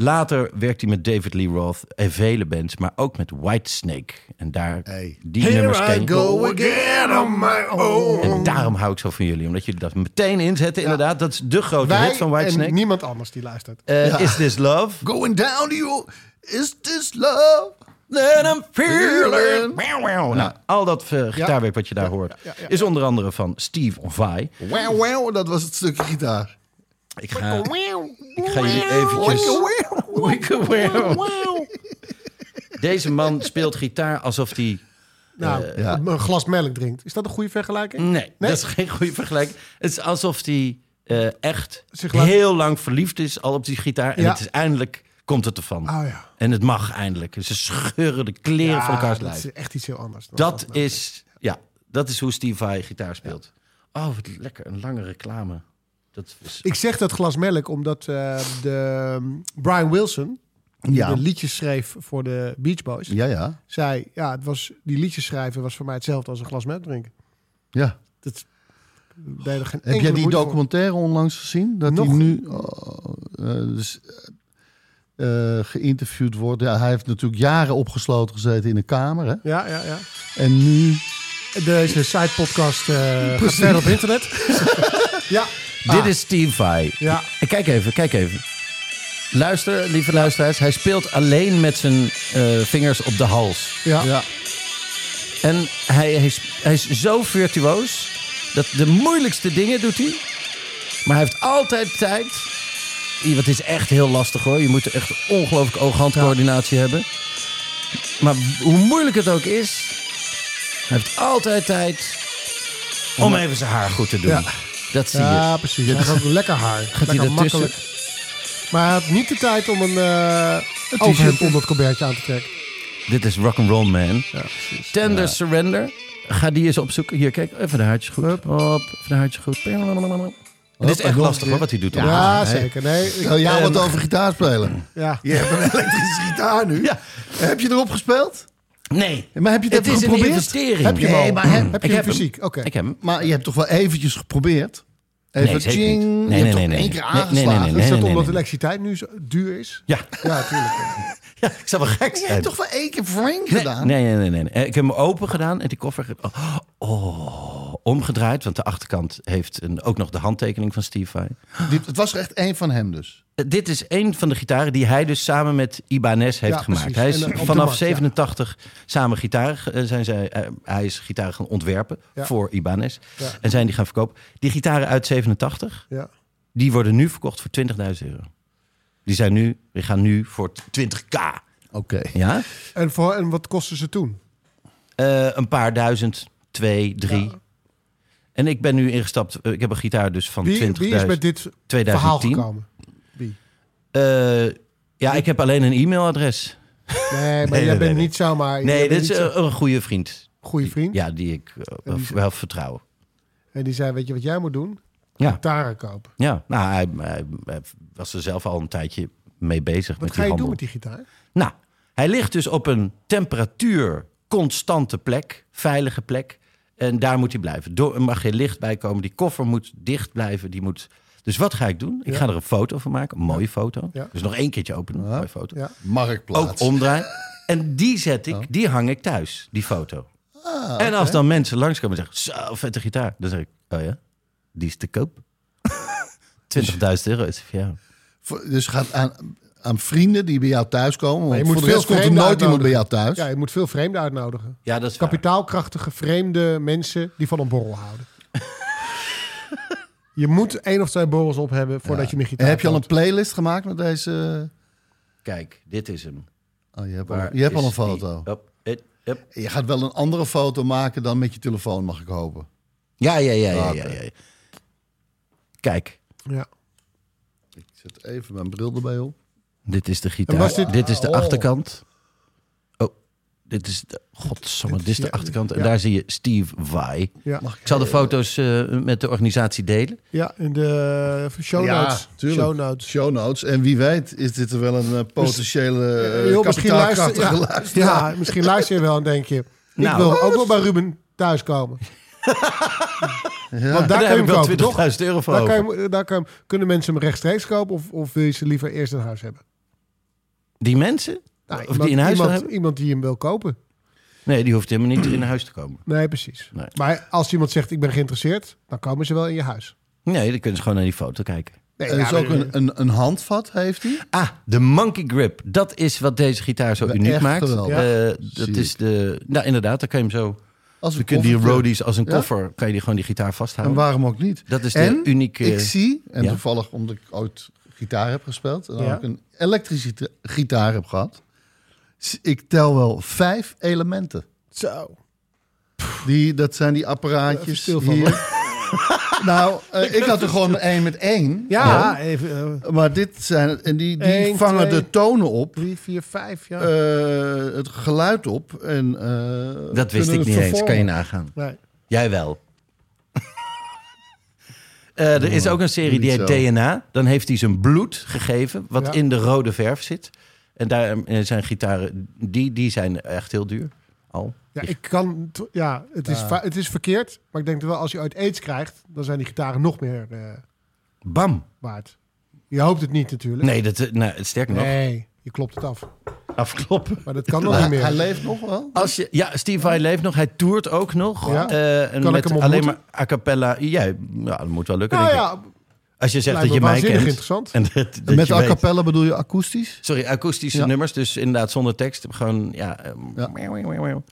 E: Later werkt hij met David Lee Roth en vele bands, maar ook met Whitesnake. En daar,
G: Hey.
E: die nummers ken Oh. je.
G: again on my own.
E: En daarom hou ik zo van jullie, omdat jullie dat meteen inzetten. Inderdaad, dat is de grote
F: Wij
E: hit van Whitesnake.
F: en niemand anders die luistert.
E: Eh, Is This Love?
G: Going down to you. Is this love?
E: That I'm feeling. Miauw, miauw. Nou, al dat eh, gitaarwerk wat je daar hoort is onder andere van Steve Vai.
G: Wauw, wauw, dat was het stukje gitaar.
E: Ik ga, ik ga jullie eventjes... Wicke Wow. Deze man speelt gitaar alsof hij...
F: Nou,
E: eh,
G: ja.
F: een glas melk drinkt. Is dat een goede vergelijking?
E: Nee, dat is geen goede vergelijking. Het is alsof hij eh, echt
F: Zich laat-
E: heel lang verliefd is al op die gitaar. En
F: Ja.
E: het is eindelijk komt het ervan.
F: Oh ja.
E: En het mag eindelijk. Ze scheuren de kleren van elkaars
F: Ah, dat
E: lijf.
F: is echt iets heel anders. dan
E: Dat
F: nou.
E: is, ja, dat is hoe Steve Vai gitaar speelt. Oh, wat lekker. Een lange reclame. Dat is,
F: Ik zeg dat glas melk omdat eh, de, ehm, Brian Wilson, die
G: Ja.
F: de liedjes schreef voor de Beach Boys,
G: Ja, ja.
F: zei, ja, het was, die liedjes schrijven was voor mij hetzelfde als een glas melk drinken.
G: ja.
F: Dat deed er geen
G: Heb jij
F: enkele
G: die
F: moeite voor.
G: documentaire onlangs gezien? Dat hij
F: Nog.
G: nu oh, eh, dus, eh, eh, geïnterviewd wordt. Ja, hij heeft natuurlijk jaren opgesloten gezeten in een kamer. Hè?
F: Ja, ja, ja.
G: En nu...
F: Deze side-podcast eh gaat verder op internet. ja,
E: Dit is Steve Vai.
F: Ja.
E: En Kijk even, kijk even. Luister, lieve luisteraars. Hij speelt alleen met zijn eh, vingers op de hals.
F: ja. ja.
E: En hij, hij, is, hij is zo virtuoos dat de moeilijkste dingen doet hij. Maar hij heeft altijd tijd. Ie, wat is echt heel lastig hoor. Je moet er echt ongelooflijk oog-handcoördinatie hebben. Maar hoe moeilijk het ook is, hij heeft altijd tijd om, even zijn haar goed te doen.
F: Ja.
E: Dat zie je.
F: Ja, precies. Hij had ook lekker haar.
E: hij
F: lekker
E: ertussen?
F: makkelijk. Maar hij had niet de tijd om een eh overhemd om dat colbertje aan te trekken.
E: Dit is Rock'n'Roll Man. Tender Surrender. Ga die eens opzoeken. Hier, kijk. Even de haartjes goed. Hop, even de haartjes goed. Dit is
G: en
E: echt
G: nog
E: lastig
G: weer.
E: hoor, wat hij doet. op
F: Ja,
E: de hand.
F: zeker. Nee, ik-
E: Oh,
G: Wil jij wat over gitaar spelen?
F: ja.
G: Je hebt een elektrische gitaar nu.
E: Ja.
G: Heb je erop gespeeld?
E: Nee.
G: Maar heb je het,
E: Het is
G: even
E: een
G: geprobeerd?
E: investering.
G: Heb je hem
E: Nee,
G: al?
E: maar heb-
F: Heb
E: Ik
F: je hem
E: heb hem.
F: fysiek? Oké.
E: Ik heb hem.
G: Maar je hebt toch wel eventjes geprobeerd? Even
E: Nee, zeker
G: tjing.
E: niet. Nee,
G: je
E: nee,
G: hebt
E: nee,
G: toch
E: nee.
G: één keer
E: Nee, nee, nee,
G: aangeslagen.
E: nee,
F: Is
E: nee.
F: dat omdat de elektriciteit nu zo duur is?
E: Ja.
F: Ja, tuurlijk.
E: ja, ik zou wel gek
G: Je
E: zijn.
G: hebt toch wel één keer frank
E: Nee,
G: gedaan?
E: Nee, nee, nee, nee, nee. Eh, Ik heb hem open gedaan en die koffer... ge- Oh, oh, omgedraaid, want de achterkant heeft een, ook nog de handtekening van Steve Vai.
G: Dit, het was er echt één van hem dus.
E: Eh, Dit is een van de gitaren die hij dus samen met Ibanez heeft
F: Ja,
E: gemaakt.
F: precies.
E: Hij is
F: En, eh, op de
E: vanaf
F: markt, ja.
E: 87 samen gitaar ge- eh, zijn zij, eh, hij is gitaar gaan ontwerpen
F: Ja.
E: voor Ibanez.
F: Ja.
E: En zijn die gaan verkopen. Die gitaren uit 87,
F: Ja.
E: die worden nu verkocht voor 20.000 euro. Die zijn nu, die gaan nu voor 20k.
G: Oké.
E: Ja?
F: En, voor, en wat kostten ze toen?
E: Eh, een paar duizend, twee, drie. En ik ben nu ingestapt. eh, ik heb een gitaar dus van
F: Wie,
E: 20.000.
F: wie is met dit verhaal
E: 2010.
F: gekomen?
E: Eh, ja, ik heb alleen een e-mailadres.
F: Nee, maar
E: nee,
F: jij
E: nee,
F: bent
E: nee.
F: niet zomaar...
E: Nee, dit
F: jij
E: is
F: bent
E: eh,
F: niet zo-
E: een, een goede vriend.
F: goede vriend.
E: Ja, die ik eh, wel- wel vertrouw.
F: En die zei, weet je wat jij moet doen?
E: Ja,
F: Gitaren kopen.
E: ja. nou, hij, hij- hij was er zelf al een tijdje mee bezig
F: Wat
E: met
F: ga
E: die
F: je
E: handel.
F: doen met die gitaar?
E: Nou, hij ligt dus op een temperatuurconstante plek, veilige plek. En daar moet hij blijven. Door, er mag geen licht bij komen. Die koffer moet dicht blijven. Die moet... Dus wat ga ik doen? Ik ga er een foto van maken. Een mooie foto.
F: Ja.
E: Dus nog één keertje openen. Een mooie foto.
F: Ja. Oh.
G: Marktplaats.
E: Ook omdraaien. En die zet ik, die hang ik thuis, die foto.
F: Ah,
E: En als dan mensen langskomen en zeggen, zo, vette gitaar. Dan zeg ik, oh ja, die is te koop. 20.000 euro is het voor jou.
G: Voor- Dus gaat aan, aan vrienden die bij jou thuis
F: Maar
G: komen. Want
F: je
G: voor
F: moet
G: de
F: veel
G: rest komt er
F: vreemden
G: nooit iemand bij jou thuis.
F: Ja, je moet veel vreemden uitnodigen.
E: Ja, dat is waar.
F: Kapitaalkrachtige, vreemde mensen die van een borrel houden. je moet één of twee borrels op hebben voordat je een
G: En
F: gitaar
G: heb je al een
F: koopt.
G: playlist gemaakt met deze...
E: Kijk, dit is hem.
G: Oh, je hebt,
E: Waar
G: al, je hebt al
E: is
G: een foto.
E: die? Hup, hup, hup.
G: Je gaat wel een andere foto maken dan met je telefoon, mag ik hopen.
E: Ja, ja, ja, ja, ja,
G: Oké.
E: ja. Kijk,
F: Ja.
G: Ik zet even mijn bril erbij op.
E: dit is de
F: En
E: gitaar.
F: was
E: Dit...
F: dit-
E: is de
F: Oh.
E: achterkant. Oh, dit is de... Godsamme, dit is de
F: ja,
E: achterkant. En
F: ja.
E: daar zie je Steve Vai.
F: Ja.
E: Ik zal de foto's eh, met de organisatie delen.
F: ja, in de eh, show notes.
G: tuurlijk.
F: Show notes.
G: Show notes. En wie weet is dit er wel een eh, potentiële
F: Eh,
G: eh,
F: joh, misschien, luister,
G: kapitaalkrachtige
F: ja,
G: luisteraar.
F: ja, misschien luister je wel en denk je...
E: Nou.
F: ik wil ook wel bij Ruben thuiskomen. Want daar,
E: Daar,
F: kun
E: heb
F: je
E: ik
F: hem kopen,
E: wel
F: toch?
E: 20.000 euro voor
F: Daar,
E: over.
F: kan je, hem- daar kan je hem- kunnen mensen hem rechtstreeks kopen of, of wil je ze liever eerst in huis hebben?
E: Die mensen?
F: Nou,
E: of die in huis wil
F: iemand,
E: hebben?
F: iemand die hem wil kopen.
E: Nee, die hoeft helemaal niet in huis te komen.
F: Nee, precies.
E: Nee.
F: Maar als iemand zegt ik ben geïnteresseerd, dan komen ze wel in je huis.
E: Nee, dan kunnen ze gewoon naar die foto kijken.
F: Nee,
G: Er
F: ja,
G: is ook
F: maar-
G: een, een, een handvat, heeft hij.
E: Ah, de monkey grip. Dat is wat deze gitaar zo
G: Echt
E: uniek maakt.
G: geweldig.
E: Eh, dat
G: Zie
E: is de... Nou, inderdaad, dan kan je hem zo...
G: Als
E: We
G: een
E: kunnen die
G: koffer.
E: roadies als een
G: Ja.
E: koffer... kan je die gewoon die gitaar
G: En
E: vasthouden.
G: waarom ook niet?
E: Oh. Dat is de
G: en
E: unieke-
G: Ik zie, en
E: Ja.
G: toevallig omdat ik ooit gitaar heb gespeeld en dan
F: Ja.
G: ook een elektrische gita- gitaar heb gehad, s- ik tel wel vijf elementen.
F: Zo.
G: Die, dat zijn die
F: Even
G: apparaatjes
F: stil van,
G: hier. nou, eh, ik had er gewoon één met één.
F: Ja, even. eh,
G: Maar dit zijn het. En die, die
F: Eén,
G: vangen
F: twee.
G: de tonen op,
F: drie, vier, vijf, ja.
G: eh, het geluid op. En, eh,
E: dat wist
G: kunnen
E: ik niet
G: het
E: eens. Kan je
G: vervormen.
E: nagaan.
F: nee.
E: Jij wel. Eh, er is ook een serie die
G: Oh, niet
E: heet
G: zo.
E: DNA. Dan heeft hij zijn bloed gegeven, wat
F: Ja.
E: in de rode verf zit. En daar eh, zijn gitaren, die, die zijn echt heel duur. Al. Dus
F: Ja, ik kan, t- ja, het, is fa- het is verkeerd, maar ik denk dat wel als je ooit aids krijgt, dan zijn die gitaren nog meer eh,
E: Bam.
F: waard. Je hoopt het niet natuurlijk.
E: Nee, dat, eh, nou, sterk nog.
F: Nee, je klopt het af.
E: Afkloppen.
F: Maar dat kan nog niet
G: Hij,
F: meer.
G: hij leeft nog wel.
E: Als je, ja, Steve Vai leeft nog. Hij toert ook nog.
F: Ja.
E: Eh, en
F: Kan ik
E: met
F: hem ontmoeten?
E: alleen maar a cappella. Ja, ja, dat moet wel lukken.
F: nou
E: denk ik.
F: ja,
E: Als je zegt
F: lijkt
E: dat
F: me
E: je mij
F: waanzinnig
E: kent.
F: interessant.
E: En dat, dat
G: Met
E: je
G: a
E: weet-
G: cappella bedoel je akoestisch?
E: Sorry, akoestische
G: Ja.
E: nummers. Dus inderdaad zonder tekst. Gewoon, ja. ehm,
G: Ja.
E: meeuw, meeuw, meeuw, meeuw.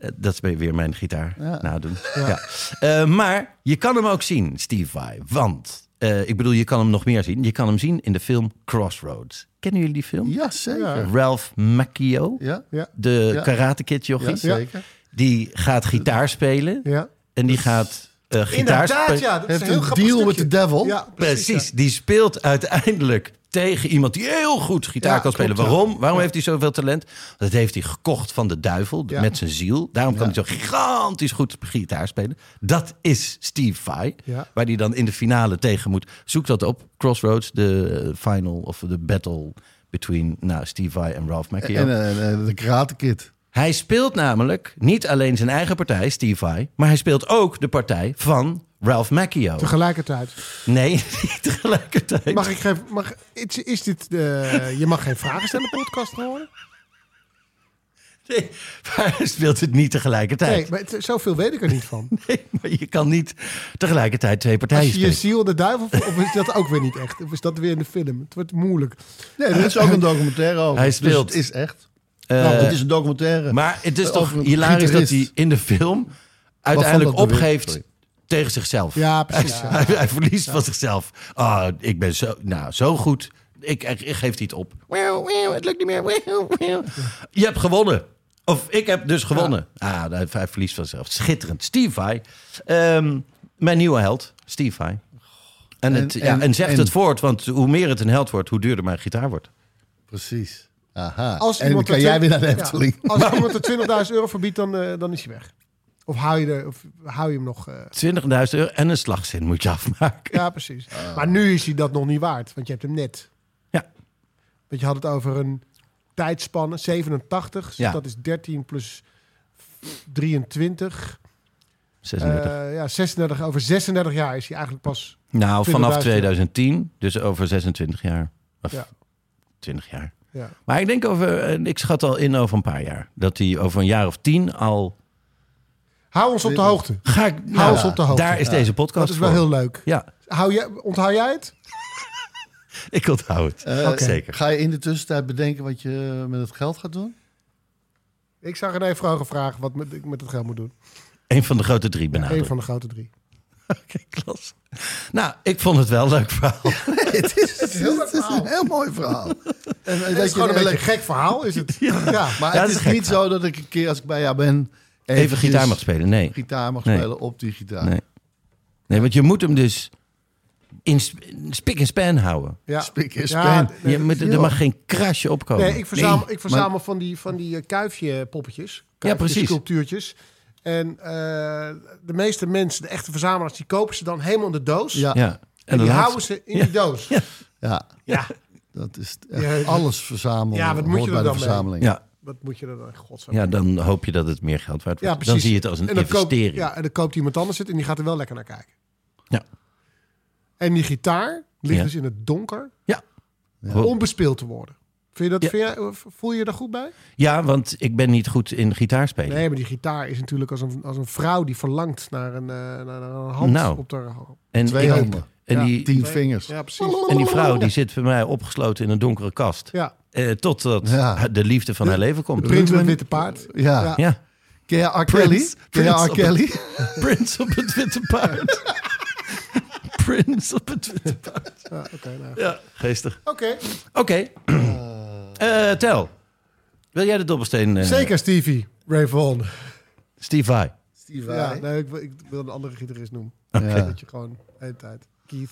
E: Eh, Dat is weer mijn gitaar
G: Ja.
E: nadoen. Ja. Eh, maar je kan hem ook zien, Steve Vai. Want, eh, ik bedoel, je kan hem nog meer zien. Je kan hem zien in de film Crossroads. Kennen jullie die film?
G: Ja, zeker.
E: Ralph Macchio,
G: Ja,
F: Ja,
E: de
G: Ja.
E: Karate Kid
G: ja
E: jochie.
G: zeker.
E: Die gaat gitaar spelen.
F: ja.
E: En die gaat eh gitaar
F: Inderdaad,
E: spelen.
F: ja. Dat
G: Heeft
F: is een heel
G: een
F: grappig
G: deal
F: stukje.
G: with the devil.
F: Ja,
E: Precies, die speelt uiteindelijk tegen iemand die heel goed gitaar
F: Ja,
E: kan spelen.
F: klopt, ja.
E: Waarom? Waarom heeft hij zoveel talent? Dat heeft hij gekocht van de duivel
F: Ja.
E: met zijn ziel. Daarom kan hij zo gigantisch goed gitaar spelen. Dat is Steve Vai,
F: Ja.
E: waar hij dan in de finale tegen moet. Zoek dat op, Crossroads, de eh, final of de battle between nou, Steve Vai en Ralph Macchio.
G: En eh, eh, de Karate Kid.
E: Hij speelt namelijk niet alleen zijn eigen partij, Steve Vai, maar hij speelt ook de partij van Ralph Macchio.
F: Tegelijkertijd.
E: Nee, niet tegelijkertijd.
F: Mag ik geen... Mag, is, is dit de, je mag geen vragen stellen podcast horen?
E: Nee, maar hij speelt het niet tegelijkertijd.
F: Nee, maar het, zoveel weet ik er niet van.
E: Nee, maar je kan niet tegelijkertijd twee partijen
F: Als je je
E: spelen.
F: ziel de duivel voelt, of is dat ook weer niet echt? Of is dat weer in de film? Het wordt moeilijk.
G: Nee, er is ook een documentaire over.
E: Hij
G: Dus
E: speelt.
G: het is echt.
E: Eh,
G: Nou, het is een documentaire.
E: maar het is
G: eh,
E: toch
G: over een
E: hilarisch dat
G: gitarist.
E: hij in de film uiteindelijk
G: dat weer?
E: opgeeft
G: Sorry.
E: tegen zichzelf.
F: nou Ja, precies. Ja.
E: Hij, hij verliest van zichzelf. Ah, ik ben zo, nou, zo goed. Ik, ik, ik geef niet op. Wauw, wauw, Het lukt niet meer. Wauw, wauw. Je hebt gewonnen. Of ik heb dus gewonnen. Ah, hij, hij verliest van zichzelf. Schitterend. Steve Vai. Ehm, mijn nieuwe held. Steve Vai. En, het,
G: En-
E: ja,
G: en-
E: en zegt
G: en-
E: het voort, want hoe meer het een held wordt, hoe duurder mijn gitaar wordt.
G: Precies. Aha.
F: Als
G: en dan
F: iemand
G: kan
F: er
G: jij weer
F: twin-
G: naar de
F: Ja,
G: Efteling.
F: Als iemand er 20.000 euro voor biedt, dan, eh, dan is hij weg. Of hou je, er, of hou je hem nog... eh,
E: 20.000 euro en een slagzin moet je afmaken.
F: ja, precies.
G: Ah.
F: Maar nu is hij dat nog niet waard, want je hebt hem net.
E: Ja.
F: Want je had het over een tijdspanne, 87. dus
E: Ja.
F: Dat is 13 plus 23.
E: 36.
F: Eh, ja, 36. Over 36 jaar is hij eigenlijk pas...
E: nou,
F: 20.000
E: vanaf
F: euro.
E: 2010, dus over 26 jaar. Of
F: Ja.
E: 20 jaar.
F: Ja.
E: Maar ik denk over, eh, ik schat al in over een paar jaar. Dat hij over een jaar of tien al.
F: Hou ons op de hoogte.
E: Ga ik,
F: Hou ons op de hoogte.
E: Daar is deze podcast.
F: Dat is wel
E: voor.
F: heel leuk.
E: Ja,
F: Hou jij, onthoud jij het?
E: ik onthoud het.
G: Eh,
F: Oké.
E: Zeker.
G: Ga je in de tussentijd bedenken wat je met het geld gaat doen?
F: Ik zag René Vroger vragen wat met- ik met het geld moet doen.
E: Een van de grote drie
F: Eén
E: benadrukt.
F: van de grote drie.
E: Oké, klas. Nou, ik vond het wel een leuk verhaal.
G: het is,
F: heel leuk
G: het is
F: verhaal.
G: een heel mooi verhaal. En, eh, dat
F: Het is
G: je
F: gewoon een beetje een
G: elekt-
F: gek verhaal, is het? Ja.
G: Maar
E: Ja,
G: het
E: dat
G: is
E: is een
G: niet
E: gek
G: zo dat ik een keer als ik bij jou ben...
E: Even gitaar mag spelen. Nee.
G: Gitaar mag
E: Nee.
G: spelen op die gitaar.
E: Nee. nee, want je moet hem dus in sp- spik en span houden.
F: Ja.
G: Spik en
F: Ja,
G: span.
F: nee,
E: Je
F: dat-
E: moet, er mag geen krasje opkomen.
F: Nee, ik verzamel,
G: Nee,
F: ik verzamel van die, van die eh, kuifje poppetjes. Kuifje
E: precies.
F: Sculptuurtjes. En eh, de meeste mensen, de echte verzamelaars, die kopen ze dan helemaal in de doos.
G: Ja.
E: Ja.
F: En,
E: de
F: die
E: laatste-
F: houden ze in die doos. Ja,
G: Ja,
F: ja.
G: dat is echt
F: Ja, dat-
G: alles verzamelen.
F: Ja, wat moet je
G: hoort
F: er
G: bij de
F: dan mee?
G: verzameling.
E: Ja.
F: wat moet je er dan? Godzijdank.
E: ja, dan hoop je dat het meer geld waard
F: Ja,
E: wordt. dan
F: precies.
E: zie je het als een
F: En dan koop-
E: investering.
F: ja, en dan koopt iemand anders het en die gaat er wel lekker naar kijken.
E: Ja.
F: En die gitaar ligt
E: Ja.
F: dus in het donker,
E: Ja.
F: onbespeeld te worden. Vind je dat,
E: Ja.
F: vind jij- voel je je daar goed bij?
E: Ja, want ik ben niet goed in gitaar spelen.
F: Nee, maar die gitaar is natuurlijk als een, als een vrouw die verlangt naar een, eh, naar naar een hand
E: Nou.
F: op haar hand.
E: en
G: Twee
E: ik,
G: handen.
E: En, die,
G: Tien vingers.
F: Ja, precies.
E: en die vrouw die zit bij mij opgesloten in een donkere kast.
F: Ja.
E: Eh, totdat
G: Ja.
E: de liefde van haar leven komt.
F: Prins met
G: Ruben-
F: witte paard.
G: Ja.
F: Ja.
E: Ja.
G: Ken je R.
E: Prince.
G: Kelly? Ken je
E: Prince
G: R.
E: op
G: Kelly?
E: Prins op het witte paard. Prins op het witte paard.
F: Oké, nou.
E: Ja, geestig.
F: Oké,
E: Oké. Eh, tel. Wil jij de dobbelsteen? eh,
F: zeker Stevie Ray Vaughan.
E: Steve Vai.
F: Ja, nee, ik, wil- ik wil een andere gitarist noemen.
G: Ja.
F: Dat je gewoon de hele tijd. Keith.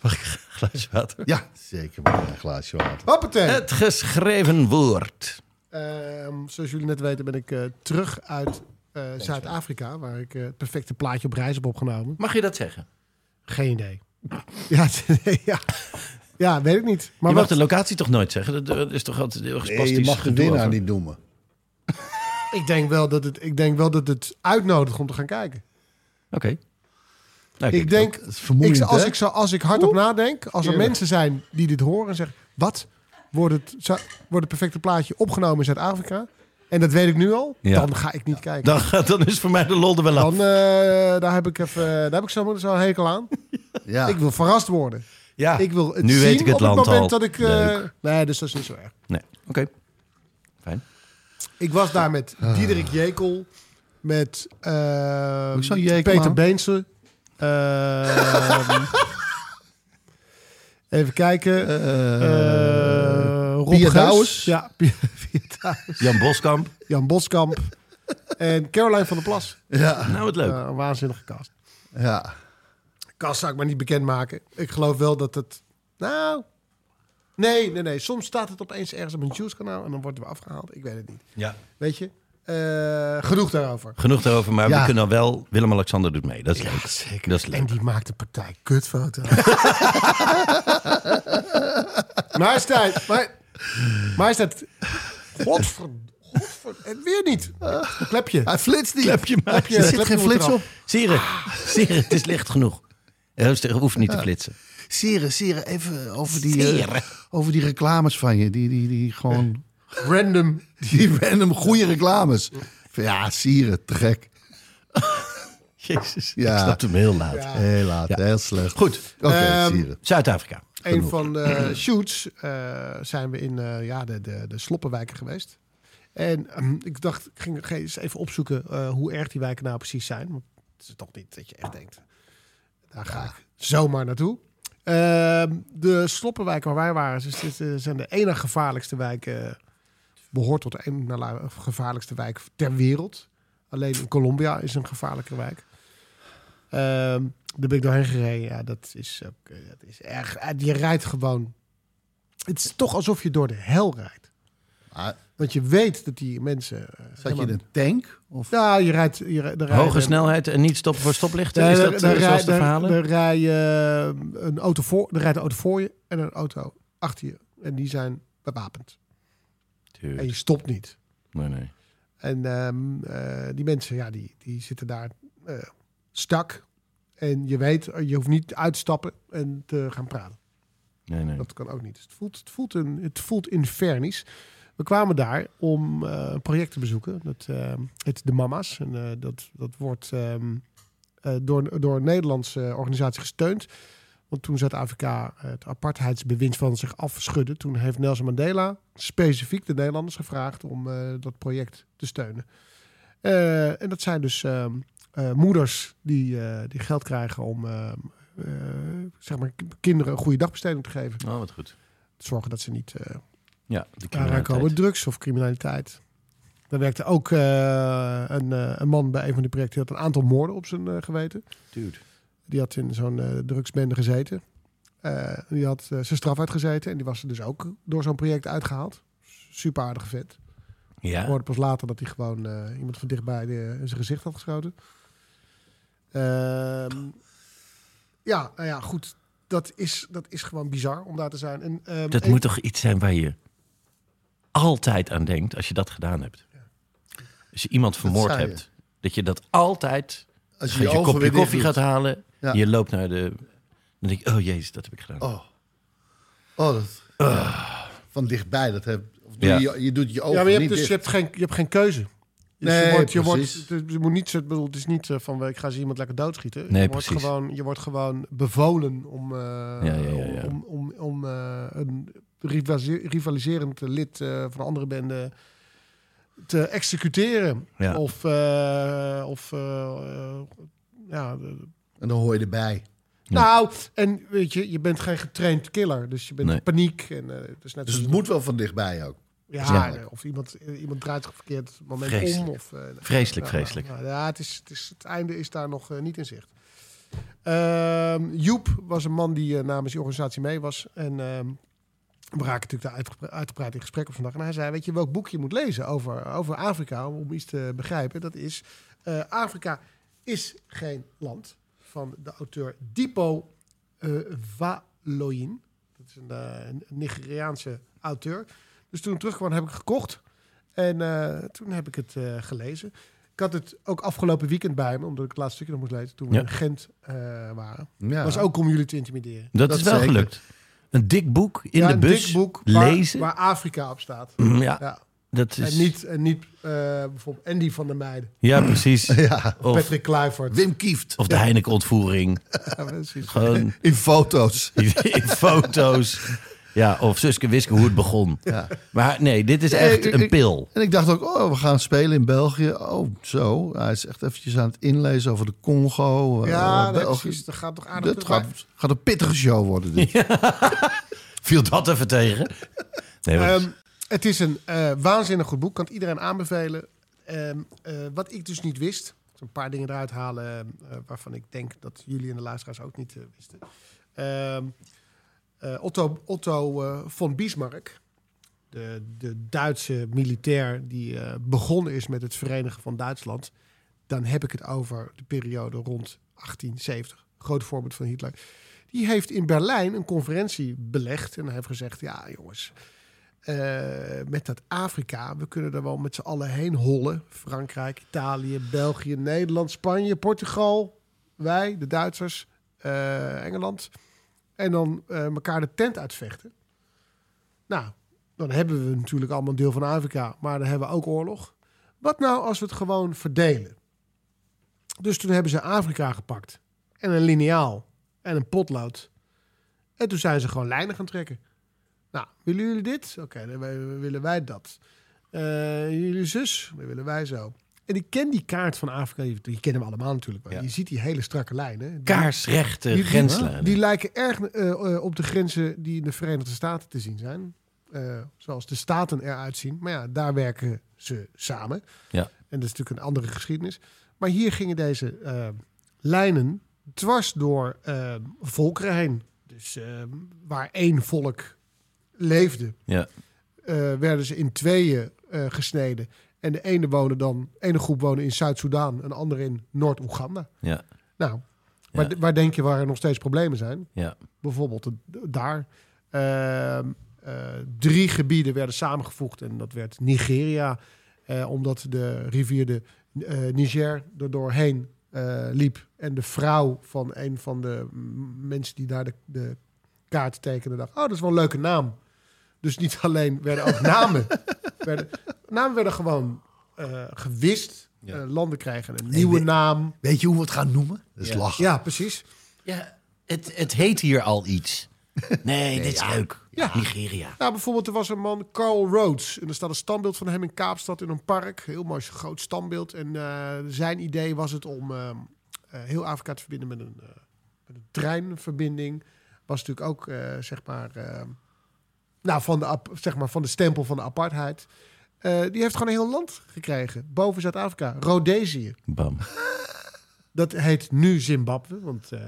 E: Mag ik een glaasje water?
G: Ja, zeker. maar Een glaasje water.
F: Hoppatee.
E: Het geschreven woord.
F: Ehm, zoals jullie net weten ben ik eh, terug uit eh, Zuid-Afrika, waar ik eh, het perfecte plaatje op reis heb opgenomen.
E: Mag je dat zeggen?
F: Geen idee. Ja, nee, ja. ja weet ik niet. Maar
E: je mag
F: wat,
E: de locatie toch nooit zeggen? Dat- Dat is toch altijd heel gespastisch
G: Nee, je mag de
E: gedoe
G: winnaar
E: over.
G: niet noemen.
F: ik, denk wel dat het, ik denk wel dat het uitnodigt om te gaan kijken.
E: Oké. Nou,
F: Ik denk,
G: dat is vermoeiend,
F: ik, als,
G: hè?
F: ik zo, als ik hardop nadenk, als er
G: Eerlijk.
F: mensen zijn die dit horen en zeggen... Wat? Wordt het, Zu- wordt het perfecte plaatje opgenomen in Zuid-Afrika? En dat weet ik nu al?
E: Ja.
F: Dan ga ik niet kijken.
E: Dan, gaat- dan is voor mij de lol er wel af.
F: Dan, eh, daar heb ik, even, daar heb ik zo, zo een hekel aan.
G: Ja.
F: Ik wil verrast worden.
E: ja,
F: Ik wil het
E: nu
F: zien
E: weet ik het
F: op
E: land
F: het moment
E: al.
F: dat ik... eh,
E: Leuk.
F: nee, dus dat is niet zo erg.
E: Nee, oké. Fijn.
F: Ik was daar met Diederik Jekel, met eh,
G: Ook zo'n Jekel nou?
F: Peter
G: aan?
F: Beense. Ehm, even kijken. Eh, Rob
G: eh, Pia
F: Geus.
G: Douwes.
F: Ja, Pia, Pia Douwes.
E: Jan Boskamp.
F: Jan Boskamp. en Caroline van der Plas.
E: Nou, wat leuk.
F: Eh, een waanzinnige kast.
G: ja.
F: Kast zou ik maar niet bekendmaken. Ik geloof wel dat het... Nou... Nee, nee, nee. Soms staat het opeens ergens op een juice-kanaal en dan worden we afgehaald. Ik weet het niet.
E: Ja.
F: Weet je? Eh, genoeg daarover.
E: Genoeg daarover, maar
G: Ja.
E: we kunnen wel... Willem-Alexander doet mee. Dat is leuk. Dat is leuk.
F: En die maakt de partij kutfoto. Majesteit, maar, majesteit. Godver, godver, en weer niet. Een klepje.
G: Hij flitst niet.
E: Klepje maar.
G: Er zit geen
F: moet
G: flits
F: eraf.
G: op.
E: Sire, Sire, het is licht genoeg. Je hoeft niet te flitsen.
G: Sire, Sire, even over die, eh,
E: Sire.
G: over die reclames van je. Die, die, die gewoon...
F: Random.
G: Die random goede reclames. Van, Ja, Sire, te gek.
E: Jezus,
G: Ja.
E: ik snapte hem heel laat.
G: Heel laat, heel slecht.
E: Goed.
G: Oké,
F: Ehm,
G: Sire.
E: Zuid-Afrika.
F: Een van de shoots eh, zijn we in eh, ja, de, de, de sloppenwijken geweest. En ehm, ik dacht, ik ging ge- eens even opzoeken eh, hoe erg die wijken nou precies zijn. Want het is toch niet dat je echt denkt, daar ga ik zomaar naartoe. Ehm, de sloppenwijken waar wij waren, dus dit, eh, zijn de ene gevaarlijkste wijken, behoort tot nou, de ene na la- gevaarlijkste wijk ter wereld. Alleen in Colombia is een gevaarlijke wijk. Ehm daar ben ik doorheen gereden. Ja, dat is, ook, eh, dat is erg. Eh, Je rijdt gewoon. Het is toch alsof je door de hel rijdt.
G: Ah,
F: Want je weet dat die mensen. eh,
G: Zat je
F: helemaal-
G: in een tank? Of?
F: Nou, je rijdt. Je, rijdt- er
E: Hoge
F: rijden-
E: snelheid en niet stoppen voor stoplichten.
F: Nee,
E: is
F: er-
E: dat eh,
F: er
E: zoals
F: rijdt-
E: de
F: er-
E: verhalen?
F: Er, rij je, eh, een auto voor, er rijdt een auto voor je en een auto achter je. En die zijn bewapend. En je
E: Tuurlijk.
F: stopt niet.
E: Nee, nee.
F: En ehm, eh, die mensen, ja, die, die zitten daar eh, stak. En je weet, eh, je hoeft niet uit te stappen en te gaan praten.
E: nee, nee.
F: Dat kan ook niet. Dus het voelt, het voelt, een, het voelt infernisch. We kwamen daar om eh, een project te bezoeken. Dat eh, heet De Mama's. En, eh, dat, dat wordt ehm, eh, door, door een Nederlandse organisatie gesteund. Want toen Zuid-Afrika eh, het apartheidsbewind van zich afschudde... toen heeft Nelson Mandela specifiek de Nederlanders gevraagd... om eh, dat project te steunen. Eh, en dat zijn dus ehm, eh, moeders die, eh, die geld krijgen om... ehm, eh, zeg maar, k- kinderen een goede dagbesteding te geven
E: Oh, wat goed.
F: zorgen dat ze niet eh
E: Ja, de
F: aanraken
E: criminaliteit.
F: komen met drugs of criminaliteit. Daar werkte ook eh, een, eh, een man bij een van de projecten. Die had een aantal moorden op zijn eh, geweten.
E: Dude.
F: Die had in zo'n eh, drugsbende gezeten. Eh, die had eh, zijn straf uitgezeten. En die was er dus ook door zo'n project uitgehaald. Super aardige vet. Ik
E: Ja.
F: hoorde pas later dat hij gewoon eh, iemand van dichtbij de- in zijn gezicht had geschoten. Ehm, ja, nou ja, goed. Dat is, dat is gewoon bizar om daar te zijn. En, ehm,
E: Dat
F: een-
E: moet toch iets zijn waar je altijd aan denkt als je dat gedaan hebt. Als je iemand vermoord
G: zei je.
E: hebt, dat je dat altijd...
G: Als
E: Als je een kopje koffie gaat halen,
G: Ja.
E: je loopt naar de... Dan denk ik, oh jezus, dat heb ik gedaan.
G: Oh. Oh, dat... Van dichtbij, dat heb... Of doe
E: Ja.
G: je, je doet je ogen
F: Ja, maar je hebt,
G: niet
F: dus, je,
G: dicht.
F: hebt geen, je hebt geen keuze. Dus je
G: Nee,
F: wordt, je wordt,
G: precies.
F: het, is- je moet niet, zo- ik bedoel, het is niet eh, van ik ga ze iemand lekker doodschieten.
E: Nee,
F: je, wordt
E: precies.
F: gewoon, je wordt gewoon bevolen om, eh,
E: ja, ja, ja.
F: om, om, om eh, een rivalise- rivaliserend lid eh, van een andere bende te executeren.
E: Ja.
F: Of, eh, of eh, eh, ja, eh,
G: En dan hoor je erbij.
E: Ja.
F: nou, en weet je, je bent geen getraind killer. Dus je bent
E: Nee.
F: in paniek. En, eh, het is net
G: Dus
F: als-
G: het moet wel van dichtbij ook.
F: ja,
E: Ja.
F: of iemand, eh, iemand draait zich verkeerd het moment
E: Vreselijk.
F: om. Of, eh,
E: Vreselijk,
F: ja,
E: vreselijk.
F: nou, nou, ja, het, is, het, is, het einde is daar nog eh, niet in zicht. Ehm, Joep was een man die eh, namens die organisatie mee was. En ehm, we raken natuurlijk daar uitgepre- uitgebreid in gesprek op vandaag. En hij zei, weet je welk boek je moet lezen over, over Afrika... om iets te begrijpen? Dat is eh, Afrika is geen land. Van de auteur Dipo eh Valoyin. Dat is een, eh, een Nigeriaanse auteur. Dus toen ik terugkwam heb ik het gekocht. En eh, toen heb ik het eh, gelezen. Ik had het ook afgelopen weekend bij me, omdat ik het laatste stukje nog moest lezen toen we
E: Ja.
F: in Gent eh, waren.
G: Ja.
F: was ook om jullie te intimideren.
E: Dat,
G: Dat
E: is wel
G: zeker.
E: gelukt. Een dik boek in
F: Ja,
E: de
F: een
E: bus.
F: dik boek waar,
E: lezen.
F: waar Afrika op staat.
E: Mm, ja,
F: Ja.
E: dat is.
F: En niet, en niet eh, bijvoorbeeld Andy van der Meijden,
E: Ja, precies. Of,
F: Patrick Kluivert.
G: Wim Kieft.
E: of de Heineken-ontvoering.
F: Ja, precies.
E: Gewoon
G: In foto's.
E: in foto's. Ja, of Suske Wiske, hoe het begon. Maar nee, dit is echt
G: ik-
E: een
G: ik-
E: pil.
G: En ik dacht ook, oh, we gaan spelen in België. Oh, zo. Hij is echt eventjes aan het inlezen over de Congo. eh,
F: Ja, nee,
G: België.
F: precies. Dat gaat toch aardig
G: Dat
F: terug. Maar-
G: gaat, gaat een pittige show worden. Dit.
E: Viel dat even tegen? Nee, wat-
F: Ehm, het is een eh, waanzinnig goed boek. Kan het iedereen aanbevelen. Ehm, eh, wat ik dus niet wist. Ik zal een paar dingen eruit halen eh, waarvan ik denk dat jullie en de luisteraars ook niet eh, wisten. Ehm, eh, Otto, Otto eh, von Bismarck. De, de Duitse militair die eh, begonnen is met het verenigen van Duitsland. Dan heb ik het over de periode rond 1870. Groot voorbeeld van Hitler. Die heeft in Berlijn een conferentie belegd. En hij heeft gezegd, ja jongens, eh, met dat Afrika. We kunnen er wel met z'n allen heen hollen. Frankrijk, Italië, België, Nederland, Spanje, Portugal. Wij, de Duitsers, eh, Engeland. En dan eh, elkaar de tent uitvechten. Nou, dan hebben we natuurlijk allemaal een deel van Afrika. Maar dan hebben we ook oorlog. Wat nou als we het gewoon verdelen? Dus toen hebben ze Afrika gepakt. En een lineaal. En een potlood. En toen zijn ze gewoon lijnen gaan trekken. Nou, willen jullie dit? Oké, dan wij- willen wij dat. Eh, jullie zus? Dan willen wij zo. En ik ken die kaart van Afrika. Je je kent hem allemaal natuurlijk. Maar
E: Ja.
F: je ziet die hele strakke lijnen. Die-
E: Kaarsrechte
F: die- die-
E: grenslijnen.
F: Die lijken erg eh, eh, op de grenzen die in de Verenigde Staten te zien zijn. Eh, zoals de staten eruit zien. Maar ja, daar werken ze samen.
E: Ja.
F: En dat is natuurlijk een andere geschiedenis. Maar hier gingen deze eh, lijnen dwars door eh, volkeren heen. Dus eh, waar één volk leefde,
E: ja.
F: eh, werden ze in tweeën eh, gesneden. En de ene, wonen dan, ene groep woonde in Zuid-Soedan en de andere in Noord-Oeganda.
E: Ja,
F: Nou, waar,
E: Ja.
F: waar denk je waar er nog steeds problemen zijn?
E: ja,
F: Bijvoorbeeld de- daar. Ehm, eh, drie gebieden werden samengevoegd en dat werd Nigeria, eh, omdat de rivier de eh, Niger er doorheen eh, liep. En de vrouw van een van de mm, mensen die daar de, de kaart tekende dacht, oh, dat is wel een leuke naam. Dus niet alleen werden ook namen, werden, namen werden gewoon eh, gewist. Eh, landen krijgen een nieuwe
G: we-
F: naam.
G: Weet je hoe we het gaan noemen? Dat is lachen.
F: Ja, precies.
E: ja het, het heet hier al iets. Nee, dit is leuk.
F: Ja.
E: Nigeria.
F: Ja, Nou, bijvoorbeeld, er was een man, Carl Rhodes. En er staat een standbeeld van hem in Kaapstad in een park. Heel mooi, zo'n groot standbeeld. En eh, zijn idee was het om ehm, eh, heel Afrika te verbinden met een, eh, met een treinverbinding. Was natuurlijk ook, eh, zeg maar, ehm, nou, van, de ap- zeg maar, van de stempel van de apartheid. Eh, die heeft gewoon een heel land gekregen, boven Zuid-Afrika, Rhodesië.
E: Bam.
F: Dat heet nu Zimbabwe, want eh,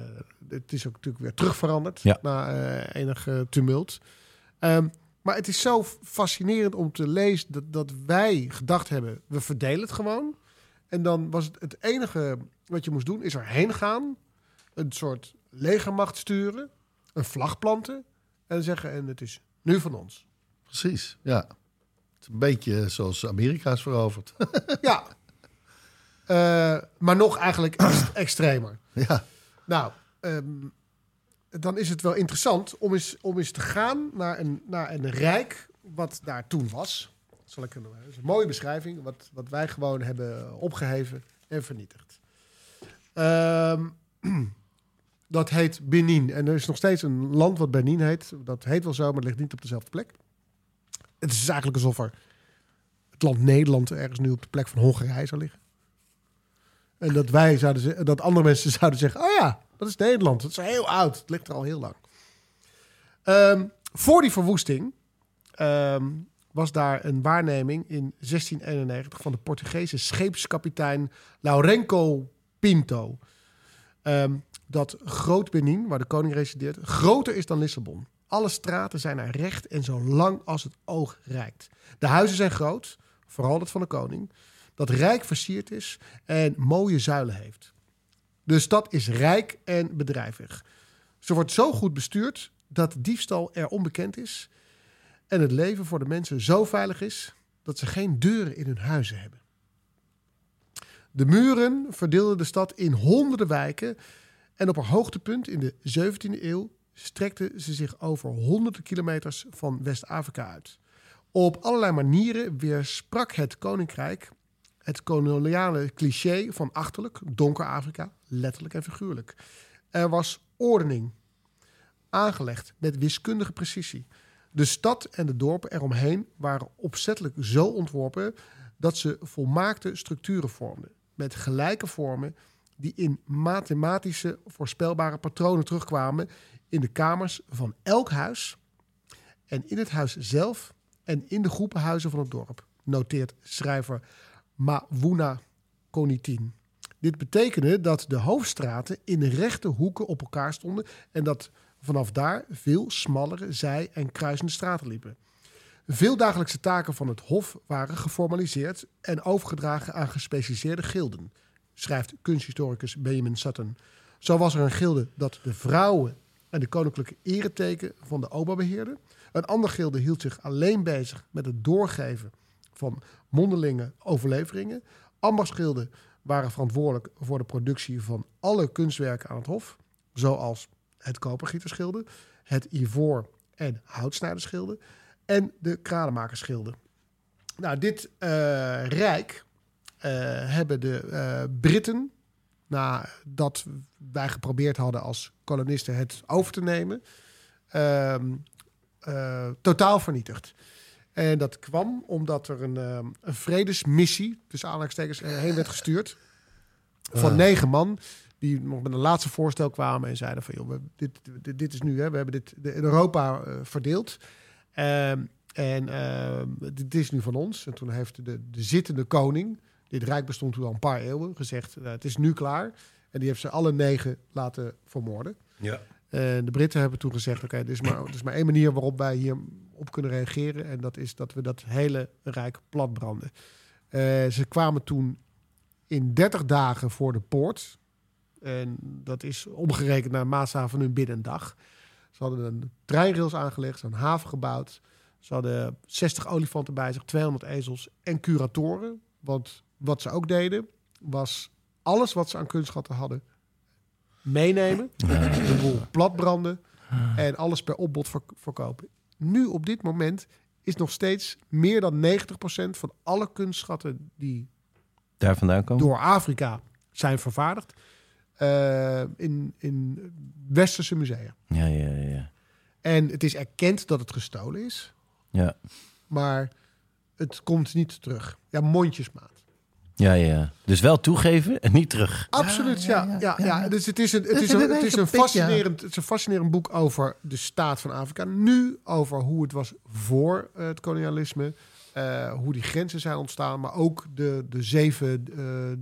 F: het is ook natuurlijk weer terugveranderd
E: Ja.
F: na eh, enig eh, tumult. Ehm, maar het is zo fascinerend om te lezen dat, dat wij gedacht hebben, we verdelen het gewoon. En dan was het het enige wat je moest doen, is erheen gaan, een soort legermacht sturen, een vlag planten en zeggen, en het is nu van ons.
G: Precies, ja. Het is een beetje zoals Amerika is veroverd.
F: ja. Eh, maar nog eigenlijk ex- extremer.
G: ja.
F: Nou, ehm, dan is het wel interessant om eens, om eens te gaan naar een, naar een rijk wat daar toen was. Zal ik er nog- dat is een mooie beschrijving, wat, wat wij gewoon hebben opgeheven en vernietigd. Ehm, dat heet Benin. En er is nog steeds een land wat Benin heet. Dat heet wel zo, maar het ligt niet op dezelfde plek. Het is eigenlijk alsof er het land Nederland ergens nu op de plek van Hongarije zou liggen. En dat wij zouden ze- dat andere mensen zouden zeggen: Oh ja, dat is Nederland. Dat is heel oud. Het ligt er al heel lang. Ehm, voor die verwoesting ehm, was daar een waarneming in 1691 van de Portugese scheepskapitein Laurenco Pinto. Ehm, dat Groot Benin, waar de koning resideert, groter is dan Lissabon. Alle straten zijn er recht en zo lang als het oog reikt. De huizen zijn groot, vooral dat van de koning, dat rijk versierd is en mooie zuilen heeft. De stad is rijk en bedrijvig. Ze wordt zo goed bestuurd dat diefstal er onbekend is en het leven voor de mensen zo veilig is dat ze geen deuren in hun huizen hebben. De muren verdeelden de stad in honderden wijken en op haar hoogtepunt in de 17e eeuw strekten ze zich over honderden kilometers van West-Afrika uit. Op allerlei manieren weersprak het koninkrijk het koloniale cliché van achterlijk, donker Afrika, letterlijk en figuurlijk. Er was ordening, aangelegd met wiskundige precisie. De stad en de dorpen eromheen waren opzettelijk zo ontworpen dat ze volmaakte structuren vormden, met gelijke vormen die in mathematische voorspelbare patronen terugkwamen in de kamers van elk huis en in het huis zelf en in de groepenhuizen van het dorp, noteert schrijver Mawuna Konitin. Dit betekende dat de hoofdstraten in rechte hoeken op elkaar stonden en dat vanaf daar veel smallere zij- en kruisende straten liepen. Veel dagelijkse taken van het Hof waren geformaliseerd en overgedragen aan gespecialiseerde gilden, schrijft kunsthistoricus Benjamin Sutton. Zo was er een gilde dat de vrouwen en de koninklijke ereteken van de oba beheerde. Een ander gilde hield zich alleen bezig met het doorgeven van mondelinge overleveringen. Ambachtsgilden waren verantwoordelijk voor de productie van alle kunstwerken aan het Hof, zoals het kopergieterschilde, het ivoor- en houtsnijderschilde en de kranenmakerschilde. Nou, dit eh, rijk eh, hebben de eh, Britten, nadat wij geprobeerd hadden als kolonisten het over te nemen, ehm, eh, totaal vernietigd. En dat kwam omdat er een, ehm, een vredesmissie, tussen aanhalingstekens, eh, heen werd gestuurd. Van negen man. Die nog met een laatste voorstel kwamen en zeiden van... joh, we- dit, dit, dit is nu, hè, we hebben dit de- in Europa eh, verdeeld. Ehm, en ehm, dit is nu van ons. En toen heeft de, de zittende koning... dit rijk bestond toen al een paar eeuwen, gezegd... nou, het is nu klaar. En die heeft ze alle negen laten vermoorden.
E: Ja.
F: En Eh, de Britten hebben toen gezegd: oké, er, is maar- er is maar één manier waarop wij hier op kunnen reageren. En dat is dat we dat hele rijk platbranden. Eh, ze kwamen toen in 30 dagen voor de poort. En dat is omgerekend naar de maatstaven van hun binnen een dag. Ze hadden een treinrails aangelegd, een haven gebouwd. Ze hadden 60 olifanten bij zich, 200 ezels en curatoren. Want wat ze ook deden, was alles wat ze aan kunstschatten hadden meenemen. De boel platbranden. En alles per opbod verk- verkopen. Nu op dit moment is nog steeds meer dan 90% van alle kunstschatten die
E: Daar vandaan komen?
F: door Afrika zijn vervaardigd. eh, in, in westerse musea.
E: Ja, ja, ja, ja.
F: En het is erkend dat het gestolen is,
E: Ja,
F: maar het komt niet terug. Ja, mondjesmaat.
E: ja, ja. Dus wel toegeven en niet terug.
F: Absoluut, ja. Ja, ja, Dus het is een, het
G: Dat
F: is
G: hebben
F: een,
G: wij
F: het is een,
G: gepikt, ja.
F: fascinerend, het is een fascinerend boek over de staat van Afrika. Nu over hoe het was voor eh, het kolonialisme. eh, hoe die grenzen zijn ontstaan. Maar ook de, de zeven eh, eh,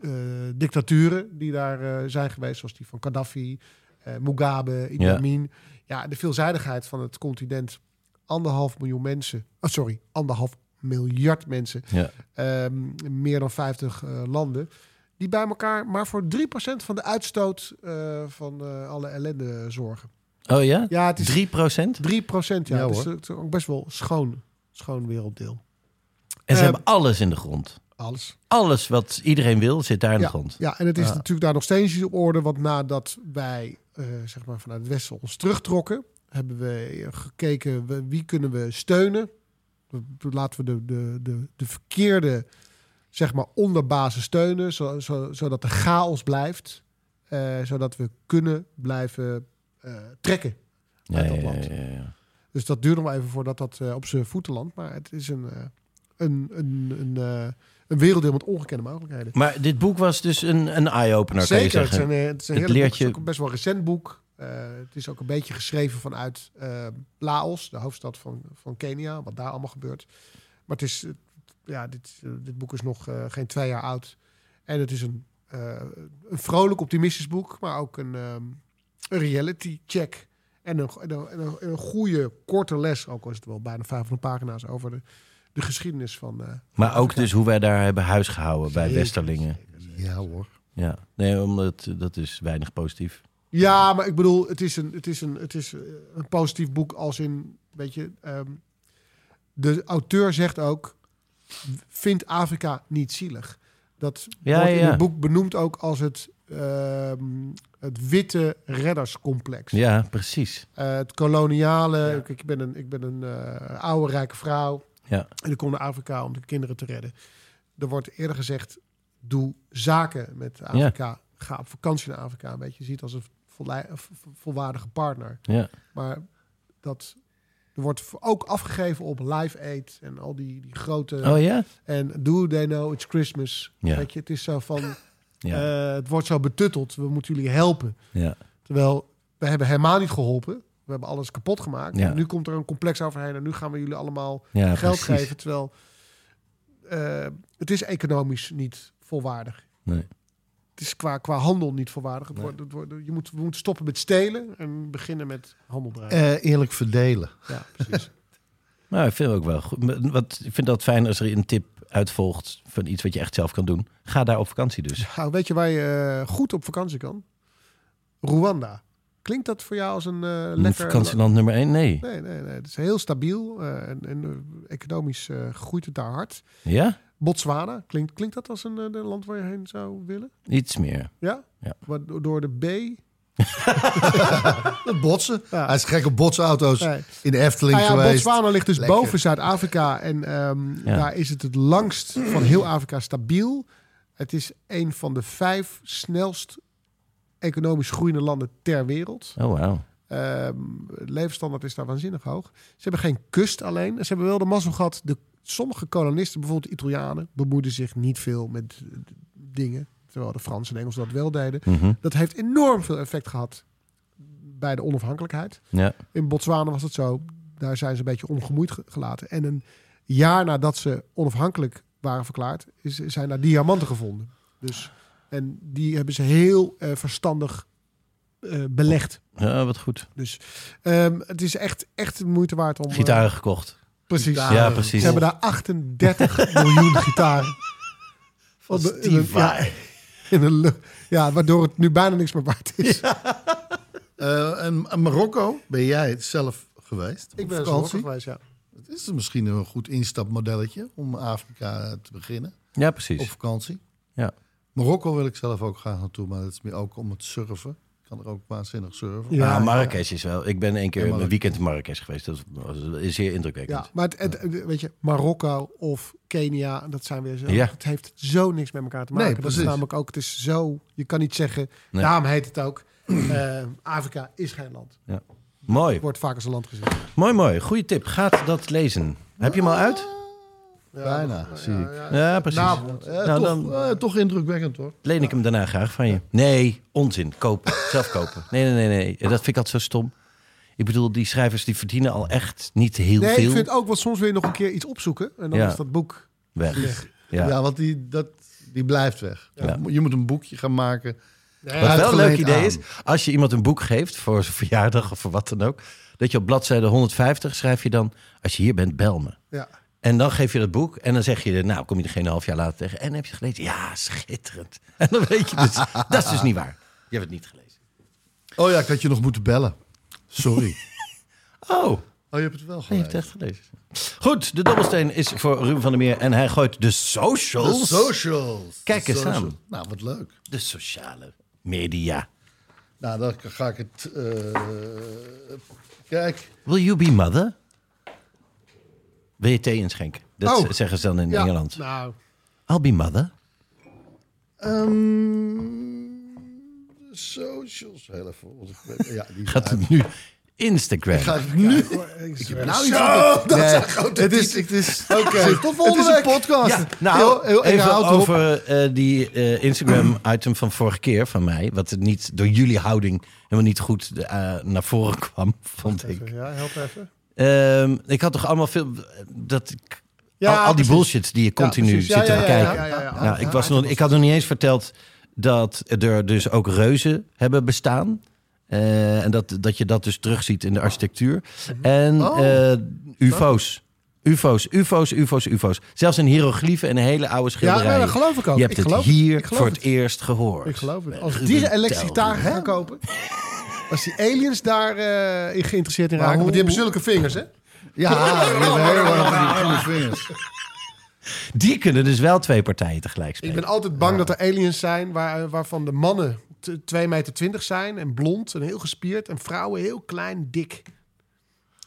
F: eh, dictaturen die daar eh, zijn geweest. Zoals die van Gaddafi, eh, Mugabe, Idi
E: Ja.
F: Amin. Ja, de veelzijdigheid van het continent. Anderhalf miljoen mensen. Oh, sorry, anderhalf miljard mensen
E: Ja.
F: ehm, meer dan 50 eh, landen. Die bij elkaar maar voor 3% van de uitstoot eh, van eh, alle ellende zorgen.
E: Oh ja?
F: Ja, het is 3%.
E: 3 procent?
F: ja,
G: Ja,
F: dus
G: hoor.
F: het is ook best wel schoon, schoon werelddeel.
E: En ze
F: Ehm,
E: hebben alles in de grond.
F: Alles.
E: Alles wat iedereen wil zit daar in
F: Ja,
E: de grond.
F: ja, en het is
E: Ja.
F: natuurlijk daar nog steeds niet op orde. Want nadat wij eh, zeg maar eh, vanuit het Westen ons terugtrokken, hebben we gekeken we- wie kunnen we steunen. Laten we de, de, de, de verkeerde zeg maar, onderbazen steunen, zo, zo, zodat de chaos blijft. eh, zodat we kunnen blijven eh, trekken
E: Ja,
F: uit
E: ja,
F: dat
E: ja,
F: land.
E: ja, ja.
F: Dus dat duurde nog even voordat dat eh, op zijn voeten landt. Maar het is een, eh, een, een, een, eh, een werelddeel met ongekende mogelijkheden.
E: Maar dit boek was dus een, een eye-opener, kan je
F: Zeker, het is
E: zeggen.
F: een, eh, het is een
E: nou Het
F: heerlijk
E: leert
F: boek. Het is
E: je-
F: ook een best wel recent boek. Eh, het is ook een beetje geschreven vanuit eh, Laos, de hoofdstad van, van Kenia, wat daar allemaal gebeurt. Maar het is, eh, ja, dit, eh, dit boek is nog eh, geen twee jaar oud. En het is een, eh, een vrolijk, optimistisch boek, maar ook een, ehm, een reality check. En een, en een, en een, en een goede, korte les, ook al is het wel bijna 500 pagina's, over de, de geschiedenis van. eh,
E: Maar ook dus hoe wij daar hebben huisgehouden bij Westerlingen.
G: Ja hoor.
E: Ja, nee, omdat eh, dat is weinig positief.
F: Ja, maar ik bedoel, het is een, het is een, het is eh, een positief boek als in, weet je, ehm, de auteur zegt ook, vindt Afrika niet zielig. Dat
E: Ja,
F: wordt
E: ja,
F: in
E: ja.
F: het boek benoemd ook als het, ehm, het witte redderscomplex.
E: Ja, precies.
F: Eh, het koloniale, ik, ik ben een, ik ben een eh, oude rijke vrouw
E: Ja.
F: en ik kom naar Afrika om de kinderen te redden. Er wordt eerder gezegd, doe zaken met Afrika. Ga op vakantie naar Afrika. Een beetje ziet als een vollei- v- v- volwaardige partner.
E: Ja.
F: Maar dat er wordt v- ook afgegeven op Live Aid en al die, die grote...
E: Oh ja?
F: En do they know it's Christmas.
E: Ja.
F: Weet je, het is zo van...
E: Ja.
F: eh, het wordt zo betutteld. We moeten jullie helpen.
E: ja.
F: Terwijl we hebben helemaal niet geholpen. We hebben alles kapot gemaakt.
E: Ja.
F: En nu komt er een complex overheen en nu gaan we jullie allemaal
E: Ja,
F: geld
E: precies.
F: geven. Terwijl eh, het is economisch niet volwaardig.
E: Nee.
F: Het is qua, qua handel niet volwaardig. Het wordt, het wordt, je moet, we moeten stoppen met stelen en beginnen met handel drijven.
G: Eh, eerlijk verdelen.
F: Ja, precies.
E: Maar Nou, ik vind het ook wel goed. Maar Wat, ik vind dat fijn als er een tip uitvolgt van iets wat je echt zelf kan doen. Ga daar op vakantie dus.
F: Nou, weet je waar je eh, goed op vakantie kan? Rwanda. Klinkt dat voor jou als een eh
E: Een
F: lekker...
E: vakantieland nummer 1? Nee.
F: Nee, nee, nee. Het is heel stabiel eh, en, en eh, economisch eh, groeit het daar hard.
E: Ja?
F: Botswana, klinkt, klinkt dat als een eh, de land waar je heen zou willen?
E: Iets meer.
F: Ja?
E: Ja.
F: Wa- do- door de B?
G: Dat botsen.
F: Ja.
G: Hij is gek op botsauto's.
F: Nee.
G: In de Efteling
F: Nou ja,
G: geweest.
F: Botswana ligt dus
G: Lekker.
F: boven Zuid-Afrika en ehm,
E: Ja.
F: daar is het het langst van heel Afrika stabiel. Het is een van de vijf snelst economisch groeiende landen ter wereld.
E: Oh, wauw.
F: Ehm, de levensstandaard is daar waanzinnig hoog. Ze hebben geen kust alleen. Ze hebben wel de mazzel gehad. De, sommige kolonisten, bijvoorbeeld Italianen, bemoeiden zich niet veel met eh, d- dingen. Terwijl de Fransen en Engelsen dat wel deden.
E: Mhm.
F: Dat heeft enorm veel effect gehad bij de onafhankelijkheid.
E: Ja.
F: In Botswana was het zo. Daar zijn ze een beetje ongemoeid ge- gelaten. En een jaar nadat ze onafhankelijk waren verklaard, is, zijn daar diamanten gevonden. Dus, en die hebben ze heel eh, verstandig eh, belegd.
E: ja, wat goed.
F: Dus ehm, het is echt, echt de moeite waard om... eh,
E: Gitaren gekocht.
F: precies.
E: Ja, precies.
F: Ze hebben daar 38 miljoen gitaren. Op de- in een- ja, in een lu- ja, waardoor het nu bijna niks meer waard is.
G: Eh, en, en Marokko, ben jij het zelf geweest?
F: Ik
G: Op
F: ben zo
G: vakantie?
F: geweest, ja.
G: Het is misschien een goed instapmodelletje om Afrika te beginnen.
E: Ja,
G: Op
E: precies.
G: vakantie.
E: Ja.
G: Marokko wil ik zelf ook graag naartoe, maar dat is meer ook om het surfen. Ik kan er ook waanzinnig surfen.
F: Ja,
E: ah, Marrakesh is wel. Ik ben één keer
G: Ja,
E: een
G: Marrakesh.
E: weekend in Marrakesh geweest. Dat is zeer indrukwekkend.
F: Ja, maar het, het- het- weet je, Marokko of Kenia, dat zijn weer zo.
E: Ja.
F: Het heeft zo niks met elkaar te maken.
G: Nee,
F: dat is
G: precies.
F: namelijk ook, het is zo, je kan niet zeggen,
E: Nee.
F: daarom heet het ook, eh, Afrika is geen land.
E: Mooi.
F: Wordt vaak als een land gezien.
E: Mooi, mooi. Goeie tip. Gaat dat lezen. Heb je hem al uit?
G: Bijna, zie ik.
E: Ja, precies.
G: Eh,
E: nou,
G: toch,
E: dan-
G: eh, toch indrukwekkend hoor.
E: Leen ik hem daarna graag van je. Nee, onzin. Kopen. Zelf kopen. Nee, nee, nee, nee. Dat vind ik altijd zo stom. Ik bedoel, die schrijvers die verdienen al echt niet heel
F: Nee,
E: veel
F: ik vind ook, want soms wil je nog een keer iets opzoeken. En dan
E: Ja.
F: is dat boek.
E: weg. Ja.
G: Ja, want die, dat, die blijft weg.
E: Ja.
G: Je moet een boekje gaan maken.
E: Wat wel een leuk
G: Uitgeleend
E: idee
G: aan.
E: is, als je iemand een boek geeft voor zijn verjaardag of voor wat dan ook, dat je op bladzijde 150 schrijf je dan, als je hier bent, bel me.
F: Ja.
E: En dan geef je dat boek en dan zeg je, nou kom je er geen half jaar later tegen. En heb je gelezen? Ja, schitterend. En dan weet je dus, dat is dus niet waar. Je hebt het niet gelezen.
G: Oh ja, ik had je nog moeten bellen. Sorry.
E: Oh,
G: oh, je hebt het wel
E: je hebt
G: gelezen.
E: het echt gelezen. Goed, de dobbelsteen is voor Ruben van der Meer en hij gooit de
G: De
E: socials.
G: socials.
E: Kijk
G: De
E: eens
G: socials.
E: aan.
G: Nou, wat leuk.
E: de sociale media.
G: Nou, dan ga ik het... eh, kijk.
E: Will you be mother? Wil je thee inschenken? Dat
F: Oh.
E: z- zeggen ze dan in
F: Ja,
E: Engeland.
F: Nou,
E: I'll be mother.
G: Ehm, Socials, heel even. want ik ben- Ja, die
E: Gaat het nu Instagram?
G: Ik ga het nu. Nou, iets op de- Nee, het is, het is, Tot volgende
H: Het is een
G: podcast.
E: Ja, nou, even over eh, die eh, Instagram-item van vorige keer van mij. Wat er niet door jullie houding helemaal niet goed eh, naar voren kwam, vond ik.
F: ja, help even.
E: Ehm, ik had toch allemaal veel... Dat, ik-
F: Ja,
E: al, al die
F: precies.
E: bullshit die je continu
F: precies.
E: zit
F: Ja,
E: te
F: ja, ja,
E: bekijken.
F: ja, ja, ja.
E: Nou, ik, was nog, ik had nog niet eens verteld dat er dus ook reuzen hebben bestaan. Eh, en dat, dat je dat dus terugziet in de architectuur.
F: Mhm.
E: En
F: Oh.
E: eh, UFO's. UFO's, UFO's, UFO's, UFO's. Zelfs in hieroglyphen en hele oude
F: Ja,
E: schilderijen.
F: maar dat geloof ik ook.
E: Je hebt
F: ik
E: het
F: geloof,
E: hier
F: ik geloof
E: voor
F: het.
E: het eerst gehoord.
F: Ik geloof het. Als
E: Ruben
F: die een elektrische
E: Telgen.
F: gitaar gaan kopen. Als die aliens daar eh, in geïnteresseerd in raken.
G: hoe-
F: Want die hebben zulke vingers, hè?
G: Ja, we hebben heel erg van die groene vingers.
E: Die kunnen dus wel twee partijen tegelijk
F: Ik
E: spelen.
F: ben altijd bang dat er aliens zijn waar, eh, waarvan de mannen t- 2 meter 20 zijn. En blond en heel gespierd. En vrouwen heel klein, dik.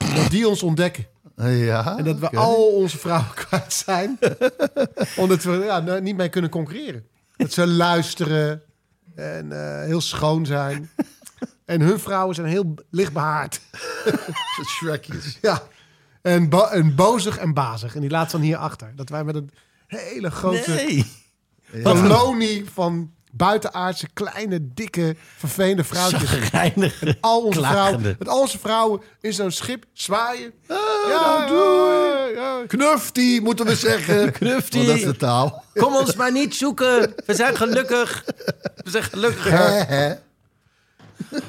F: En Dat die ons ontdekken.
G: Ja.
F: En dat we
G: oké.
F: al onze vrouwen kwijt zijn. omdat we ja, nou, niet mee kunnen concurreren. Dat ze luisteren en eh, heel schoon zijn. En hun vrouwen zijn heel licht behaard.
G: Dat Shrekjes.
F: Ja. En, bo- en bozig en bazig. En die laat ze dan hier achter. Dat wij met een hele grote
E: Nee.
F: kolonie van buitenaardse, kleine, dikke, vervelende vrouwtjes.
E: Geinig.
F: Al onze vrouwen,
E: Klagende.
F: met al onze vrouwen in zo'n schip zwaaien. ja, Ah, nou, doei. Ja,
G: Knufti, moeten we zeggen.
E: Knufti.
G: Want Oh, dat is de taal.
E: Kom ons maar niet zoeken. We zijn gelukkig. We zijn gelukkig.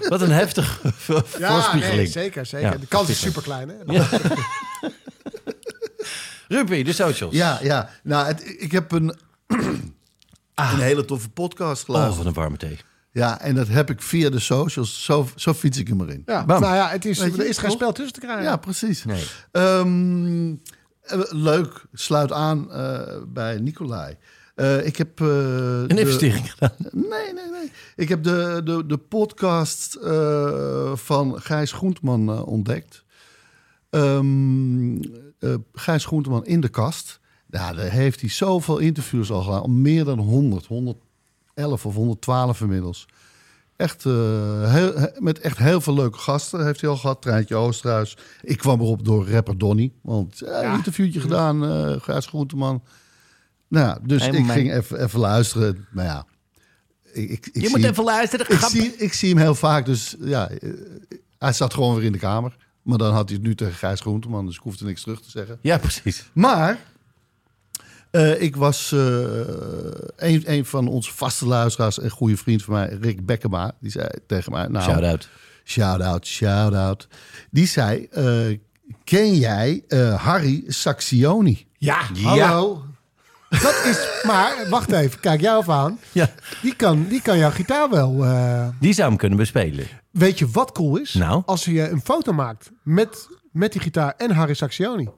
E: Wat een heftige
F: Ja,
E: voorspiegeling.
F: nee, zeker, zeker.
E: Ja,
F: de kans is
E: precies.
F: super klein, hè?
E: Rupi, de socials.
G: Ja, ja. Nou, het- ik heb een, een hele toffe podcast
E: Oh,
G: geluisterd.
E: van een warme thee.
G: Ja, en dat heb ik via de socials. Zo, zo fiets ik hem erin.
F: Ja,
E: Bam.
F: nou ja, het is,
G: Weet je,
F: er is geen
G: toch?
F: spel tussen te krijgen.
G: Ja, precies.
E: Nee.
G: Ehm, eh, leuk, sluit aan eh, bij Nicolai. Eh, ik heb... eh,
E: Een
G: de-
E: investering gedaan.
G: Nee, nee, nee. Ik heb de, de, de podcast eh, van Gijs Groenteman eh, ontdekt. Ehm, eh, Gijs Groenteman in de kast. Ja, daar heeft hij zoveel interviews al gedaan. al Meer dan 100, 111 of 112 inmiddels. Echt, eh, heel, he- met echt heel veel leuke gasten heeft hij al gehad. Treintje Oosterhuis. Ik kwam erop door rapper Donny. Want eh, een interviewtje gedaan, eh Gijs Groenteman. Nou, ja, dus
E: Hey,
G: ik
E: moment.
G: ging even, even luisteren. Nou ja, ik, ik, ik
E: Je
G: zie-
E: moet even luisteren.
G: ik
E: grap.
G: zie, ik zie hem heel vaak, dus ja, eh, hij zat gewoon weer in de kamer. Maar dan had hij het nu tegen Gijs Groenteman, dus ik hoefde niks terug te zeggen.
E: Ja, precies.
G: Maar eh, ik was eh, een, een van onze vaste luisteraars en goede vriend van mij, Rick Bekkema. Die zei tegen mij, nou,
E: Shout-out.
G: Shout-out, shout-out. Die zei, eh, ken jij eh, Harry Saxioni?
F: Ja, hallo. Dat is, maar wacht even, kijk jou even aan.
E: Ja,
F: Die kan, die kan jouw gitaar wel. eh.
E: die zou hem kunnen bespelen.
F: Weet je wat cool is?
E: Nou?
F: Als je een foto maakt met, met die gitaar en Harry Saxioni.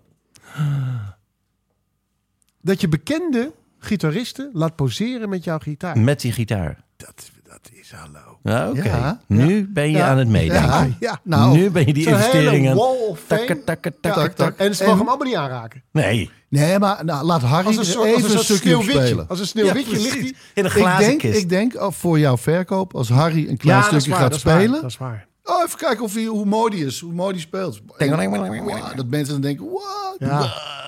F: Dat je bekende gitaristen laat poseren met jouw gitaar.
E: Met die gitaar.
F: Dat, dat is hallo.
E: Ah, Oké.
G: Ja.
E: Nu ben je
F: Ja.
E: aan het meedenken.
G: Ja.
F: Ja,
G: Nou,
E: nu ben je die
F: Zo'n
E: investering
F: hele
E: aan...
F: wall of fame.
E: Takke, takke,
F: Ja,
E: takke,
G: tak, tak.
F: En ze mogen hem allemaal niet aanraken.
E: Nee.
G: Nee, maar nou, laat Harry
F: Als een
G: er
F: soort, als
G: even
F: een soort
G: stukje op
F: sneeuwwitje.
G: spelen.
F: Als een sneeuwwitje ligt hij.
E: precies. In een
G: Ik
E: glazen
G: denk,
E: kist.
G: ik denk oh, voor jouw verkoop, als Harry een klein stukje gaat
F: dat is waar,
G: spelen.
F: dat is waar.
G: Oh, even kijken of hij, hoe mooi die is, hoe mooi die speelt. Ja, dat mensen dan denken, wow.
F: Ja,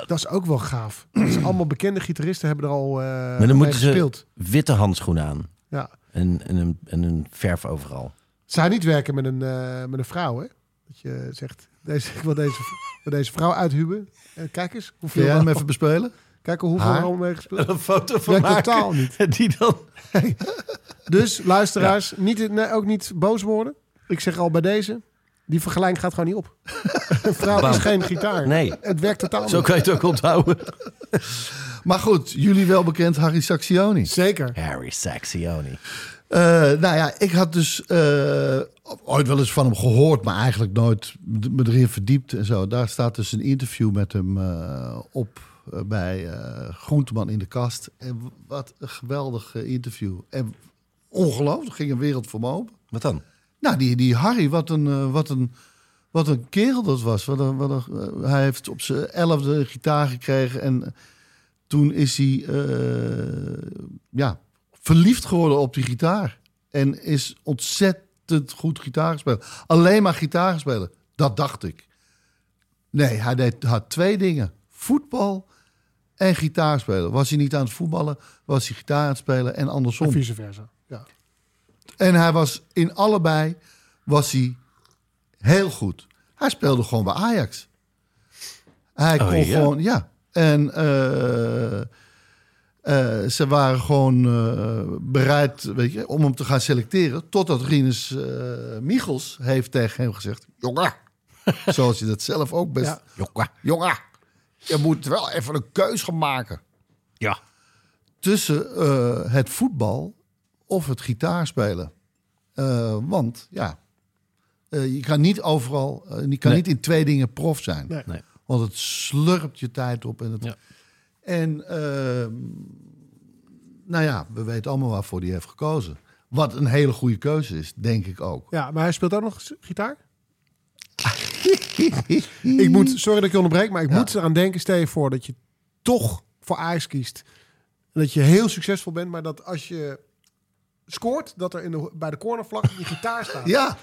F: dat is ook wel gaaf. Dat is allemaal bekende gitaristen hebben er al eh
E: Maar
F: mee
E: dan moeten
F: gespeeld.
E: ze witte handschoenen aan.
F: Ja.
E: En, en, een, en een verf overal.
F: Het zou niet werken met een, eh, met een vrouw, hè? Dat je zegt, deze, ik wil deze, ik wil deze vrouw uithuwen. En kijk eens,
G: Kun
F: hoeveel
G: jij hem
F: er-
G: even bespelen?
F: kijk hoeveel
G: haar?
F: er allemaal mee gespeeld.
E: Een foto
F: Ja, totaal niet.
E: Die dan...
F: Dus luisteraars, niet, nee, ook niet boos worden. Ik zeg al bij deze, die vergelijking gaat gewoon niet op. Een vrouw is geen gitaar.
E: Nee.
F: Het werkt totaal
E: Zo
F: niet.
E: kan je het ook onthouden.
G: Maar goed, jullie wel bekend Harry Saxioni.
F: Zeker.
E: Harry Saxioni.
G: Eh, nou ja, ik had dus eh, ooit wel eens van hem gehoord, maar eigenlijk nooit me erin verdiept en zo. Daar staat dus een interview met hem eh, op eh, bij eh Groenteman in de kast. En w- wat een geweldig eh, interview. En ongelooflijk, ging een wereld voor me open.
E: Wat dan?
G: Nou, die, die Harry, wat een, eh, wat een, Wat een kerel dat was. Wat een, wat een- eh, hij heeft op zijn elfde gitaar gekregen. En eh, toen is hij eh, ja, verliefd geworden op die gitaar. En is ontzettend goed gitaar gespeeld. Alleen maar gitaar gespeeld. Dat dacht ik. Nee, hij deed, had twee dingen. Voetbal en gitaar spelen. Was hij niet aan het voetballen, was hij gitaar aan het spelen en andersom.
F: En vice versa. Ja.
G: En hij was in allebei was hij heel goed. Hij speelde gewoon bij Ajax. Hij
E: Oh,
G: kon
E: ja?
G: gewoon, ja. En eh, eh, ze waren gewoon eh, bereid weet je, om hem te gaan selecteren. Totdat Rinus eh Michels heeft tegen hem gezegd: Jongen, zoals je dat zelf ook best.
F: Ja.
G: Jongen, jongen, je moet wel even een keus gaan maken
E: Ja.
G: tussen eh, het voetbal of het gitaarspelen. Eh, want ja, eh, je kan niet overal, eh, je kan
E: Nee.
G: niet in twee dingen prof zijn.
F: Nee.
E: Nee.
G: Want het slurpt je tijd op. En, het,
E: Ja.
G: en ehm, nou ja, we weten allemaal waarvoor die heeft gekozen. Wat een hele goede keuze is, denk ik ook.
F: ja, maar hij speelt ook nog s- gitaar? ik moet, sorry dat ik je onderbreek, maar ik moet eraan denken. Stel je voor dat je toch voor Ajax kiest. En dat je heel succesvol bent, maar dat als je scoort, dat er in de, ho- bij de cornervlag je gitaar staat.
G: Ja.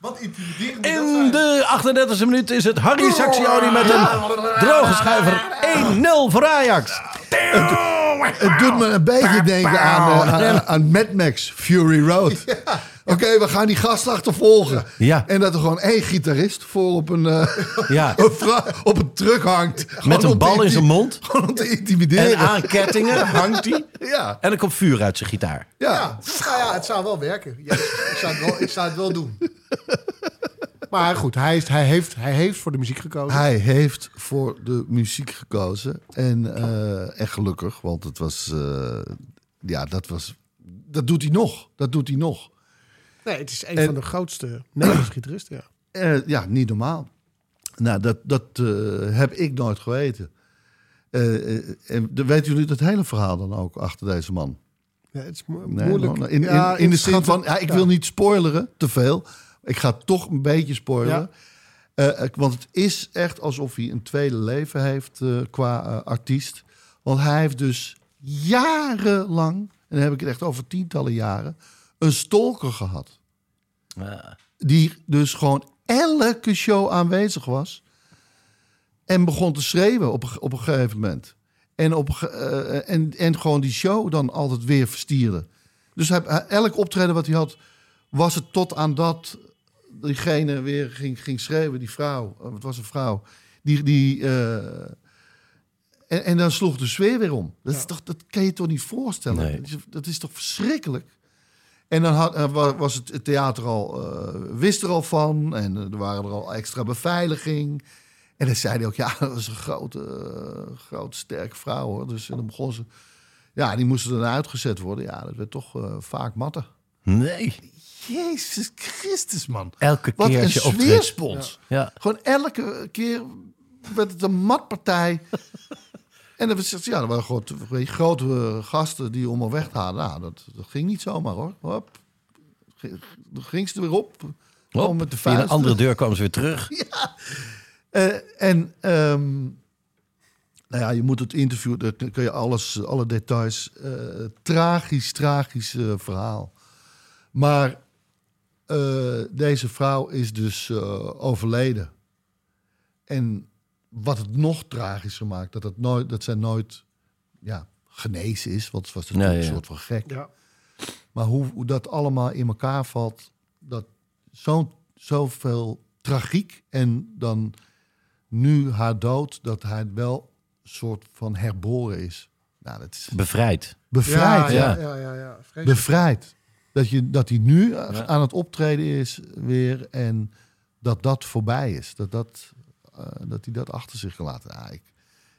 F: Wat intimiderend. moet
E: In
F: dat zijn?
E: de 38e minuut is het Harry Saxioni met een droge schuiver 1-0 voor Ajax.
G: Het doet me een beetje denken aan, eh, aan, aan Mad Max, Fury Road. Oké, we gaan die gast achtervolgen.
E: Ja.
G: En dat er gewoon één gitarist voor op een, eh,
E: Ja.
G: een vrouw- op een truck hangt. Gewoon
E: een
G: om te
E: bal in
G: inti-
E: zijn mond.
G: Gewoon om te
E: En
G: intimideren.
E: aan kettingen hangt hij.
G: Ja.
E: En er komt vuur uit zijn gitaar.
G: ja.
F: Nou ja, het zou wel werken. Ja, ik, zou het wel, ik zou het wel doen. Maar goed, hij, is, hij, heeft, hij heeft voor de muziek gekozen.
G: Hij heeft voor de muziek gekozen. En, eh, en gelukkig, want het was... eh, ja, dat was... Dat doet hij nog. Dat doet hij nog.
F: nee, het is een van de grootste Nederlandse gitaristen. Ja.
G: Eh, ja, niet normaal. Nou, dat, dat eh, heb ik nooit geweten. Eh, eh, en de- weten jullie dat hele verhaal dan ook achter deze man?
F: Ja, het is mo-
G: Nee,
F: moeilijk.
G: nog- In, in,
F: Ja,
G: in de zin
F: inschatten.
G: van, ja, ik
F: Ja.
G: wil niet spoileren, te veel. Ik ga toch een beetje spoileren. Eh, ik- want het is echt alsof hij een tweede leven heeft eh, qua eh, artiest. Want hij heeft dus jarenlang, en dan heb ik het echt over tientallen jaren, een stalker gehad die dus gewoon elke show aanwezig was. En begon te schreeuwen op, een- op een gegeven moment. En, op, een ge- eh, en, en gewoon die show dan altijd weer verstierde. Dus hij, hij- elk optreden wat hij had, was het tot aan dat diegene weer ging, ging schreeuwen. Die vrouw, eh, het was een vrouw. Die, die, eh, en, en dan sloeg de sfeer weer om. Dat, is toch, dat kan je toch niet voorstellen?
E: Nee.
G: Dat, is, dat is toch verschrikkelijk? En dan had, eh, wa- was het, het theater al, eh, wist er al van. En eh, er waren er al extra beveiliging. En dan zei hij ook, ja, dat was een grote, eh, grote sterke vrouw. Hoor. Dus en dan begon ze... Ja, die moesten dan uitgezet worden. Ja, dat werd toch eh, vaak matten.
E: Nee.
G: Jezus Christus, man.
E: Elke
G: Wat
E: keer
G: een
E: als je optreedt.
G: sfeerspons.
E: Ja.
G: Gewoon elke keer werd het een matpartij. en dan was, het- ja, er waren gewoon twee- twee grote eh, gasten die om al weg te halen. Nou, dat, dat ging niet zomaar hoor. Hop. Ge- Dan ging ze er weer op. Gewoon
E: Hop,
G: met de
E: via een
G: vuist.
E: andere deur kwamen ze weer terug.
G: Eh, en ehm, nou ja, je moet het interview, daar kun kun je alles, alle details. eh, tragisch, tragisch eh, verhaal. Maar eh, deze vrouw is dus eh, overleden. En wat het nog tragischer maakt, dat, het nooit, dat zij nooit ja, genezen is. Want ze was natuurlijk
E: Nee, ja.
G: een soort van gek.
F: Ja.
G: Maar hoe, hoe dat allemaal in elkaar valt, dat zo, zoveel tragiek en dan nu haar dood, dat hij wel een soort van herboren is. Nou, dat is
E: Bevrijd.
G: bevrijd. hè?
F: Ja, ja, ja. ja, ja. Vreselijk.
G: Bevrijd. Dat, je, dat hij nu aan het optreden is weer en dat dat voorbij is. Dat, dat, eh, dat hij dat achter zich kan laten. Ja, ik,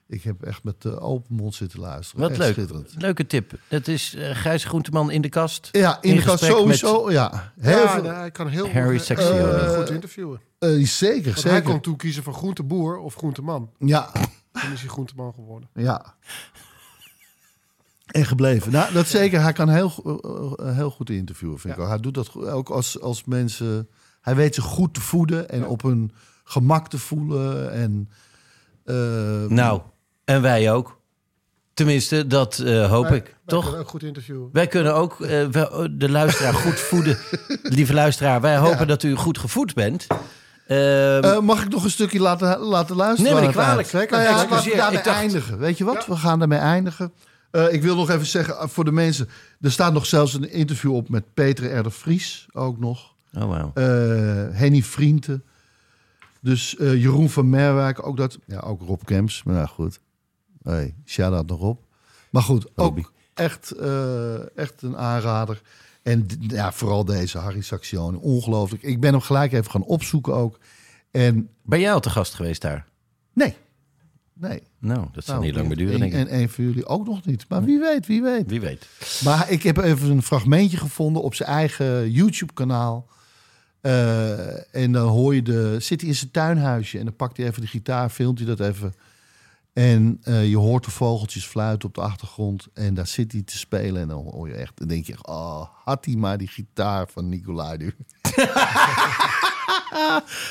G: ik heb echt met de open mond zitten luisteren.
E: Wat
G: Echt
E: leuk.
G: Schitterend.
E: Leuke tip. Dat is eh, Gijs Groenteman in de kast.
G: Ja, in,
E: In
G: de kast
E: gesprek met-
G: sowieso. Ja, heel
F: ja,
G: veel,
F: nou, hij kan heel
E: Harry
F: goed,
E: Saxioni.
F: eh, goed interviewen. Want
G: eh, zeker,
F: hij
G: zeker.
F: kon toen kiezen voor groenteboer of groenteman.
G: Ja,
F: Toen is hij groenteman geworden.
G: ja. En gebleven. Nou, dat zeker. Hij kan heel, go- eh, eh, heel goed interviewen, vind ik. wel. Hij doet dat go- ook als, als mensen... Hij weet ze goed te voeden en op hun gemak te voelen. En, eh,
E: Nou, en wij ook. Tenminste, dat eh, hoop
F: Wij-
E: ik,
F: wij
E: toch?
F: kunnen Nou, Ook goed interviewen.
E: Wij kunnen ook eh, wel, eh, de luisteraar goed voeden. Lieve luisteraar, wij hopen dat u goed gevoed bent. Ehm,
G: eh, mag ik nog een stukje laten, laten luisteren?
E: Neem me
G: aan
E: niet
G: het
E: kwalijk.
G: eind?
E: Zeker.
G: Nou ja, laten
E: Excuseer,
G: we daarmee
E: ik dacht-
G: eindigen. Weet je wat? We gaan daarmee eindigen. Eh, ik wil nog even zeggen eh, voor de mensen... Er staat nog zelfs een interview op met Peter R. de Vries ook nog.
E: Oh, wauw.
G: eh Henny Vrienden. Dus eh, Jeroen van Merwijk, ook dat. Ja, ook Rob Kemps, maar ja, goed. Hey, shout-out naar Rob. Maar goed,
E: Robby.
G: ook echt, eh, echt een aanrader. En d- ja, vooral deze Harry Saxione, ongelooflijk. Ik ben hem gelijk even gaan opzoeken ook. En
E: Ben jij al te gast geweest daar?
G: nee, nee.
E: Nou, dat zal
G: Nou,
E: niet lang meer duren,
G: en-
E: denk ik.
G: En één van jullie ook nog niet. Maar wie weet, wie weet.
E: Wie weet.
G: Maar ik heb even een fragmentje gevonden op zijn eigen YouTube-kanaal. Eh, en dan hoor je de. Zit hij in zijn tuinhuisje en dan pakt hij even de gitaar, filmt hij dat even. En eh, je hoort de vogeltjes fluiten op de achtergrond. En daar zit hij te spelen. En dan hoor je echt. Dan denk je, echt, oh, had hij maar die gitaar van Nicolai nu.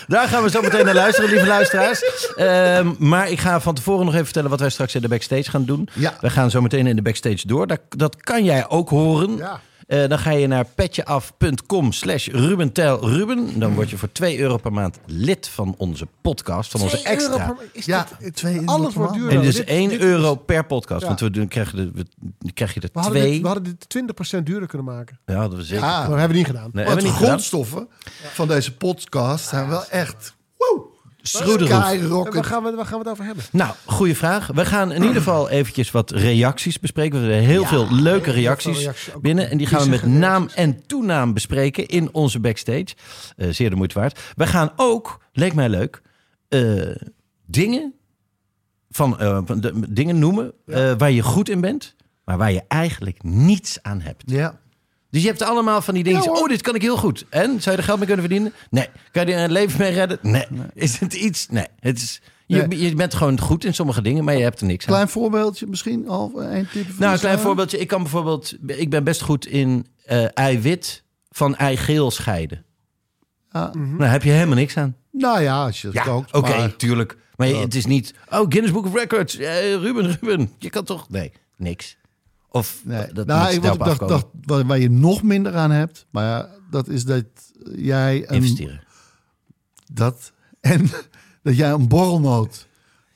E: Daar gaan we zo meteen naar luisteren, lieve luisteraars. Ehm, maar ik ga van tevoren nog even vertellen wat wij straks in de backstage gaan doen.
G: Ja.
E: We gaan zo meteen in de backstage door. Dat, dat kan jij ook horen.
F: Ja.
E: Eh, dan ga je naar petjeaf.com slash rubentelruben. Dan word je voor 2 euro per maand lid van onze podcast, van onze extra.
G: Ja, twee euro
F: alles wordt
G: per maand.
F: duurder.
E: En dus
F: Dit-
E: 1
F: dit is-
E: euro per podcast.
F: Ja.
E: Want we doen, krijgen de, we, dan krijg je er
F: We hadden, dit,
E: twee.
F: we hadden dit 20% duurder kunnen maken.
E: Ja, hadden we zeker.
G: Ja,
F: Maar dat hebben we niet gedaan.
E: Nee,
G: want
E: hebben
G: de
E: we niet gedaan.
G: grondstoffen van deze podcast zijn wel echt. Wow!
E: Schroederhoef.
F: En waar,
G: Skyrocket.
F: gaan we, waar gaan we het over hebben?
E: Nou, goede vraag. We gaan in ieder geval eventjes wat reacties bespreken. We hebben heel veel leuke reacties
F: veel reacties, ook
E: binnen. En die gaan we met
F: viezige
E: naam en toenaam bespreken in onze backstage. Eh, zeer de moeite waard. We gaan ook, leek mij leuk, eh, dingen, van, eh, van de- dingen noemen eh, waar je goed in bent, maar waar je eigenlijk niets aan hebt.
G: Ja.
E: Dus je hebt allemaal van die dingen. oh, dit kan ik heel goed. En zou je er geld mee kunnen verdienen? Nee. Kan je er een leven mee redden? Nee. Is het iets? Nee. Het is, je,
G: Nee.
E: je bent gewoon goed in sommige dingen, maar je hebt er niks aan.
G: Klein voorbeeldje misschien. Al eh, een tip.
E: nou, een klein voorbeeldje. Ik kan bijvoorbeeld. Ik ben best goed in eh eiwit van eigeel scheiden.
G: Ja.
E: Nou, daar heb je helemaal niks aan.
G: Nou ja, als je dat kookt.
E: oké,
G: maar-
E: tuurlijk. Maar je- het is niet. Oh, Guinness Book of Records. eh, Ruben, Ruben. Je kan toch. Nee, niks. Of
G: Nee.
E: eh, dat
G: nou,
E: moet
G: ik,
E: snel op
G: wat ik dacht,
E: afkomen.
G: dacht waar, waar je nog minder aan hebt, maar ja, dat is dat jij een,
E: investeren.
G: dat en dat jij een borrelnoot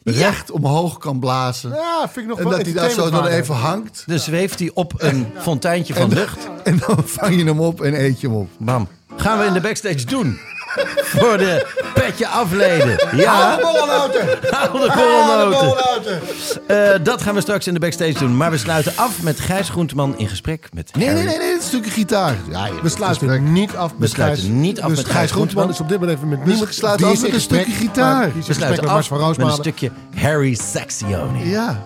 G: recht omhoog kan blazen
F: Ja, vind ik nog
G: en
F: wel
G: dat hij daar zo dan
F: entertainmentwaarde.
G: even hangt
E: Dus zweeft hij op een fonteintje van lucht.
G: en dan vang je hem op en eet je hem op.
E: Bam. Gaan we in de backstage doen. Voor de petje afleden.
G: Ah,
E: Ja,
H: Borrelauto!
E: haal de korrelnoten. Eh, dat gaan we straks in de backstage doen. Maar we sluiten af met Gijs Groenteman in gesprek met
G: Nee, nee,
E: Harry.
G: nee, nee, een stukje gitaar. Ja,
F: We sluiten het niet af met
E: We sluiten
F: Gijs.
E: niet af
F: dus
E: met Gijs
F: Gijs
E: Groenteman.
F: Groenteman is op dit moment even met
G: Dus
F: niemand.
G: we sluiten
F: Die is
G: af met
F: in
G: een stukje
F: gesprek,
G: gitaar.
F: maar Die is
E: We
F: in gesprek
E: sluiten
F: met Mars
E: af
F: van
E: met een
F: Roosmalen.
E: stukje Harry Saxioni.
G: Ja.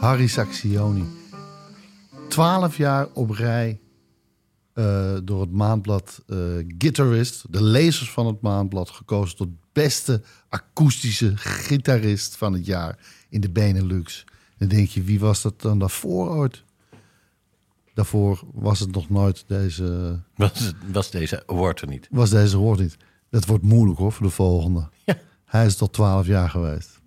G: Harry Saxioni. Twaalf jaar op rij eh, door het maandblad eh, Guitarist, de lezers van het maandblad, gekozen tot beste akoestische gitarist van het jaar in de Benelux. Dan denk je, wie was dat dan daarvoor ooit? Daarvoor was het nog nooit deze,
E: Was, het- was deze award er niet?
G: was deze woord niet. Dat wordt moeilijk hoor voor de volgende.
E: Ja.
G: Hij is tot 12 jaar geweest.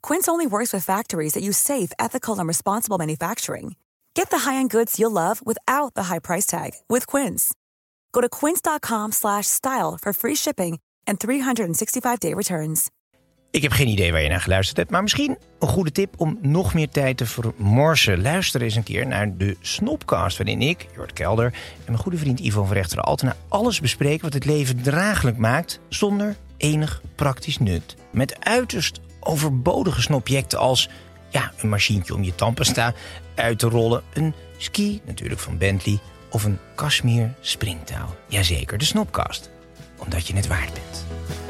I: Quince only works with factories that use safe, ethical, and responsible manufacturing. Get the high-end goods you'll love without the high price tag with Quince. Go to quince.com/style slash style for free shipping and 365-day returns.
J: Ik heb geen idee waar je naar geluisterd hebt, maar misschien een goede tip om nog meer tijd te vermorsen. Luister eens een keer naar de Snopcast, waarin ik, Jort Kelder en mijn goede vriend Ivo van Rechter Altena alles bespreken wat het leven draaglijk maakt zonder enig praktisch nut. Met uiterst overbodige snobjecten als ja, een machientje om je tandpasta uit te rollen, een ski natuurlijk van Bentley of een Kashmir springtouw. Jazeker, de Snopcast, omdat je het waard bent.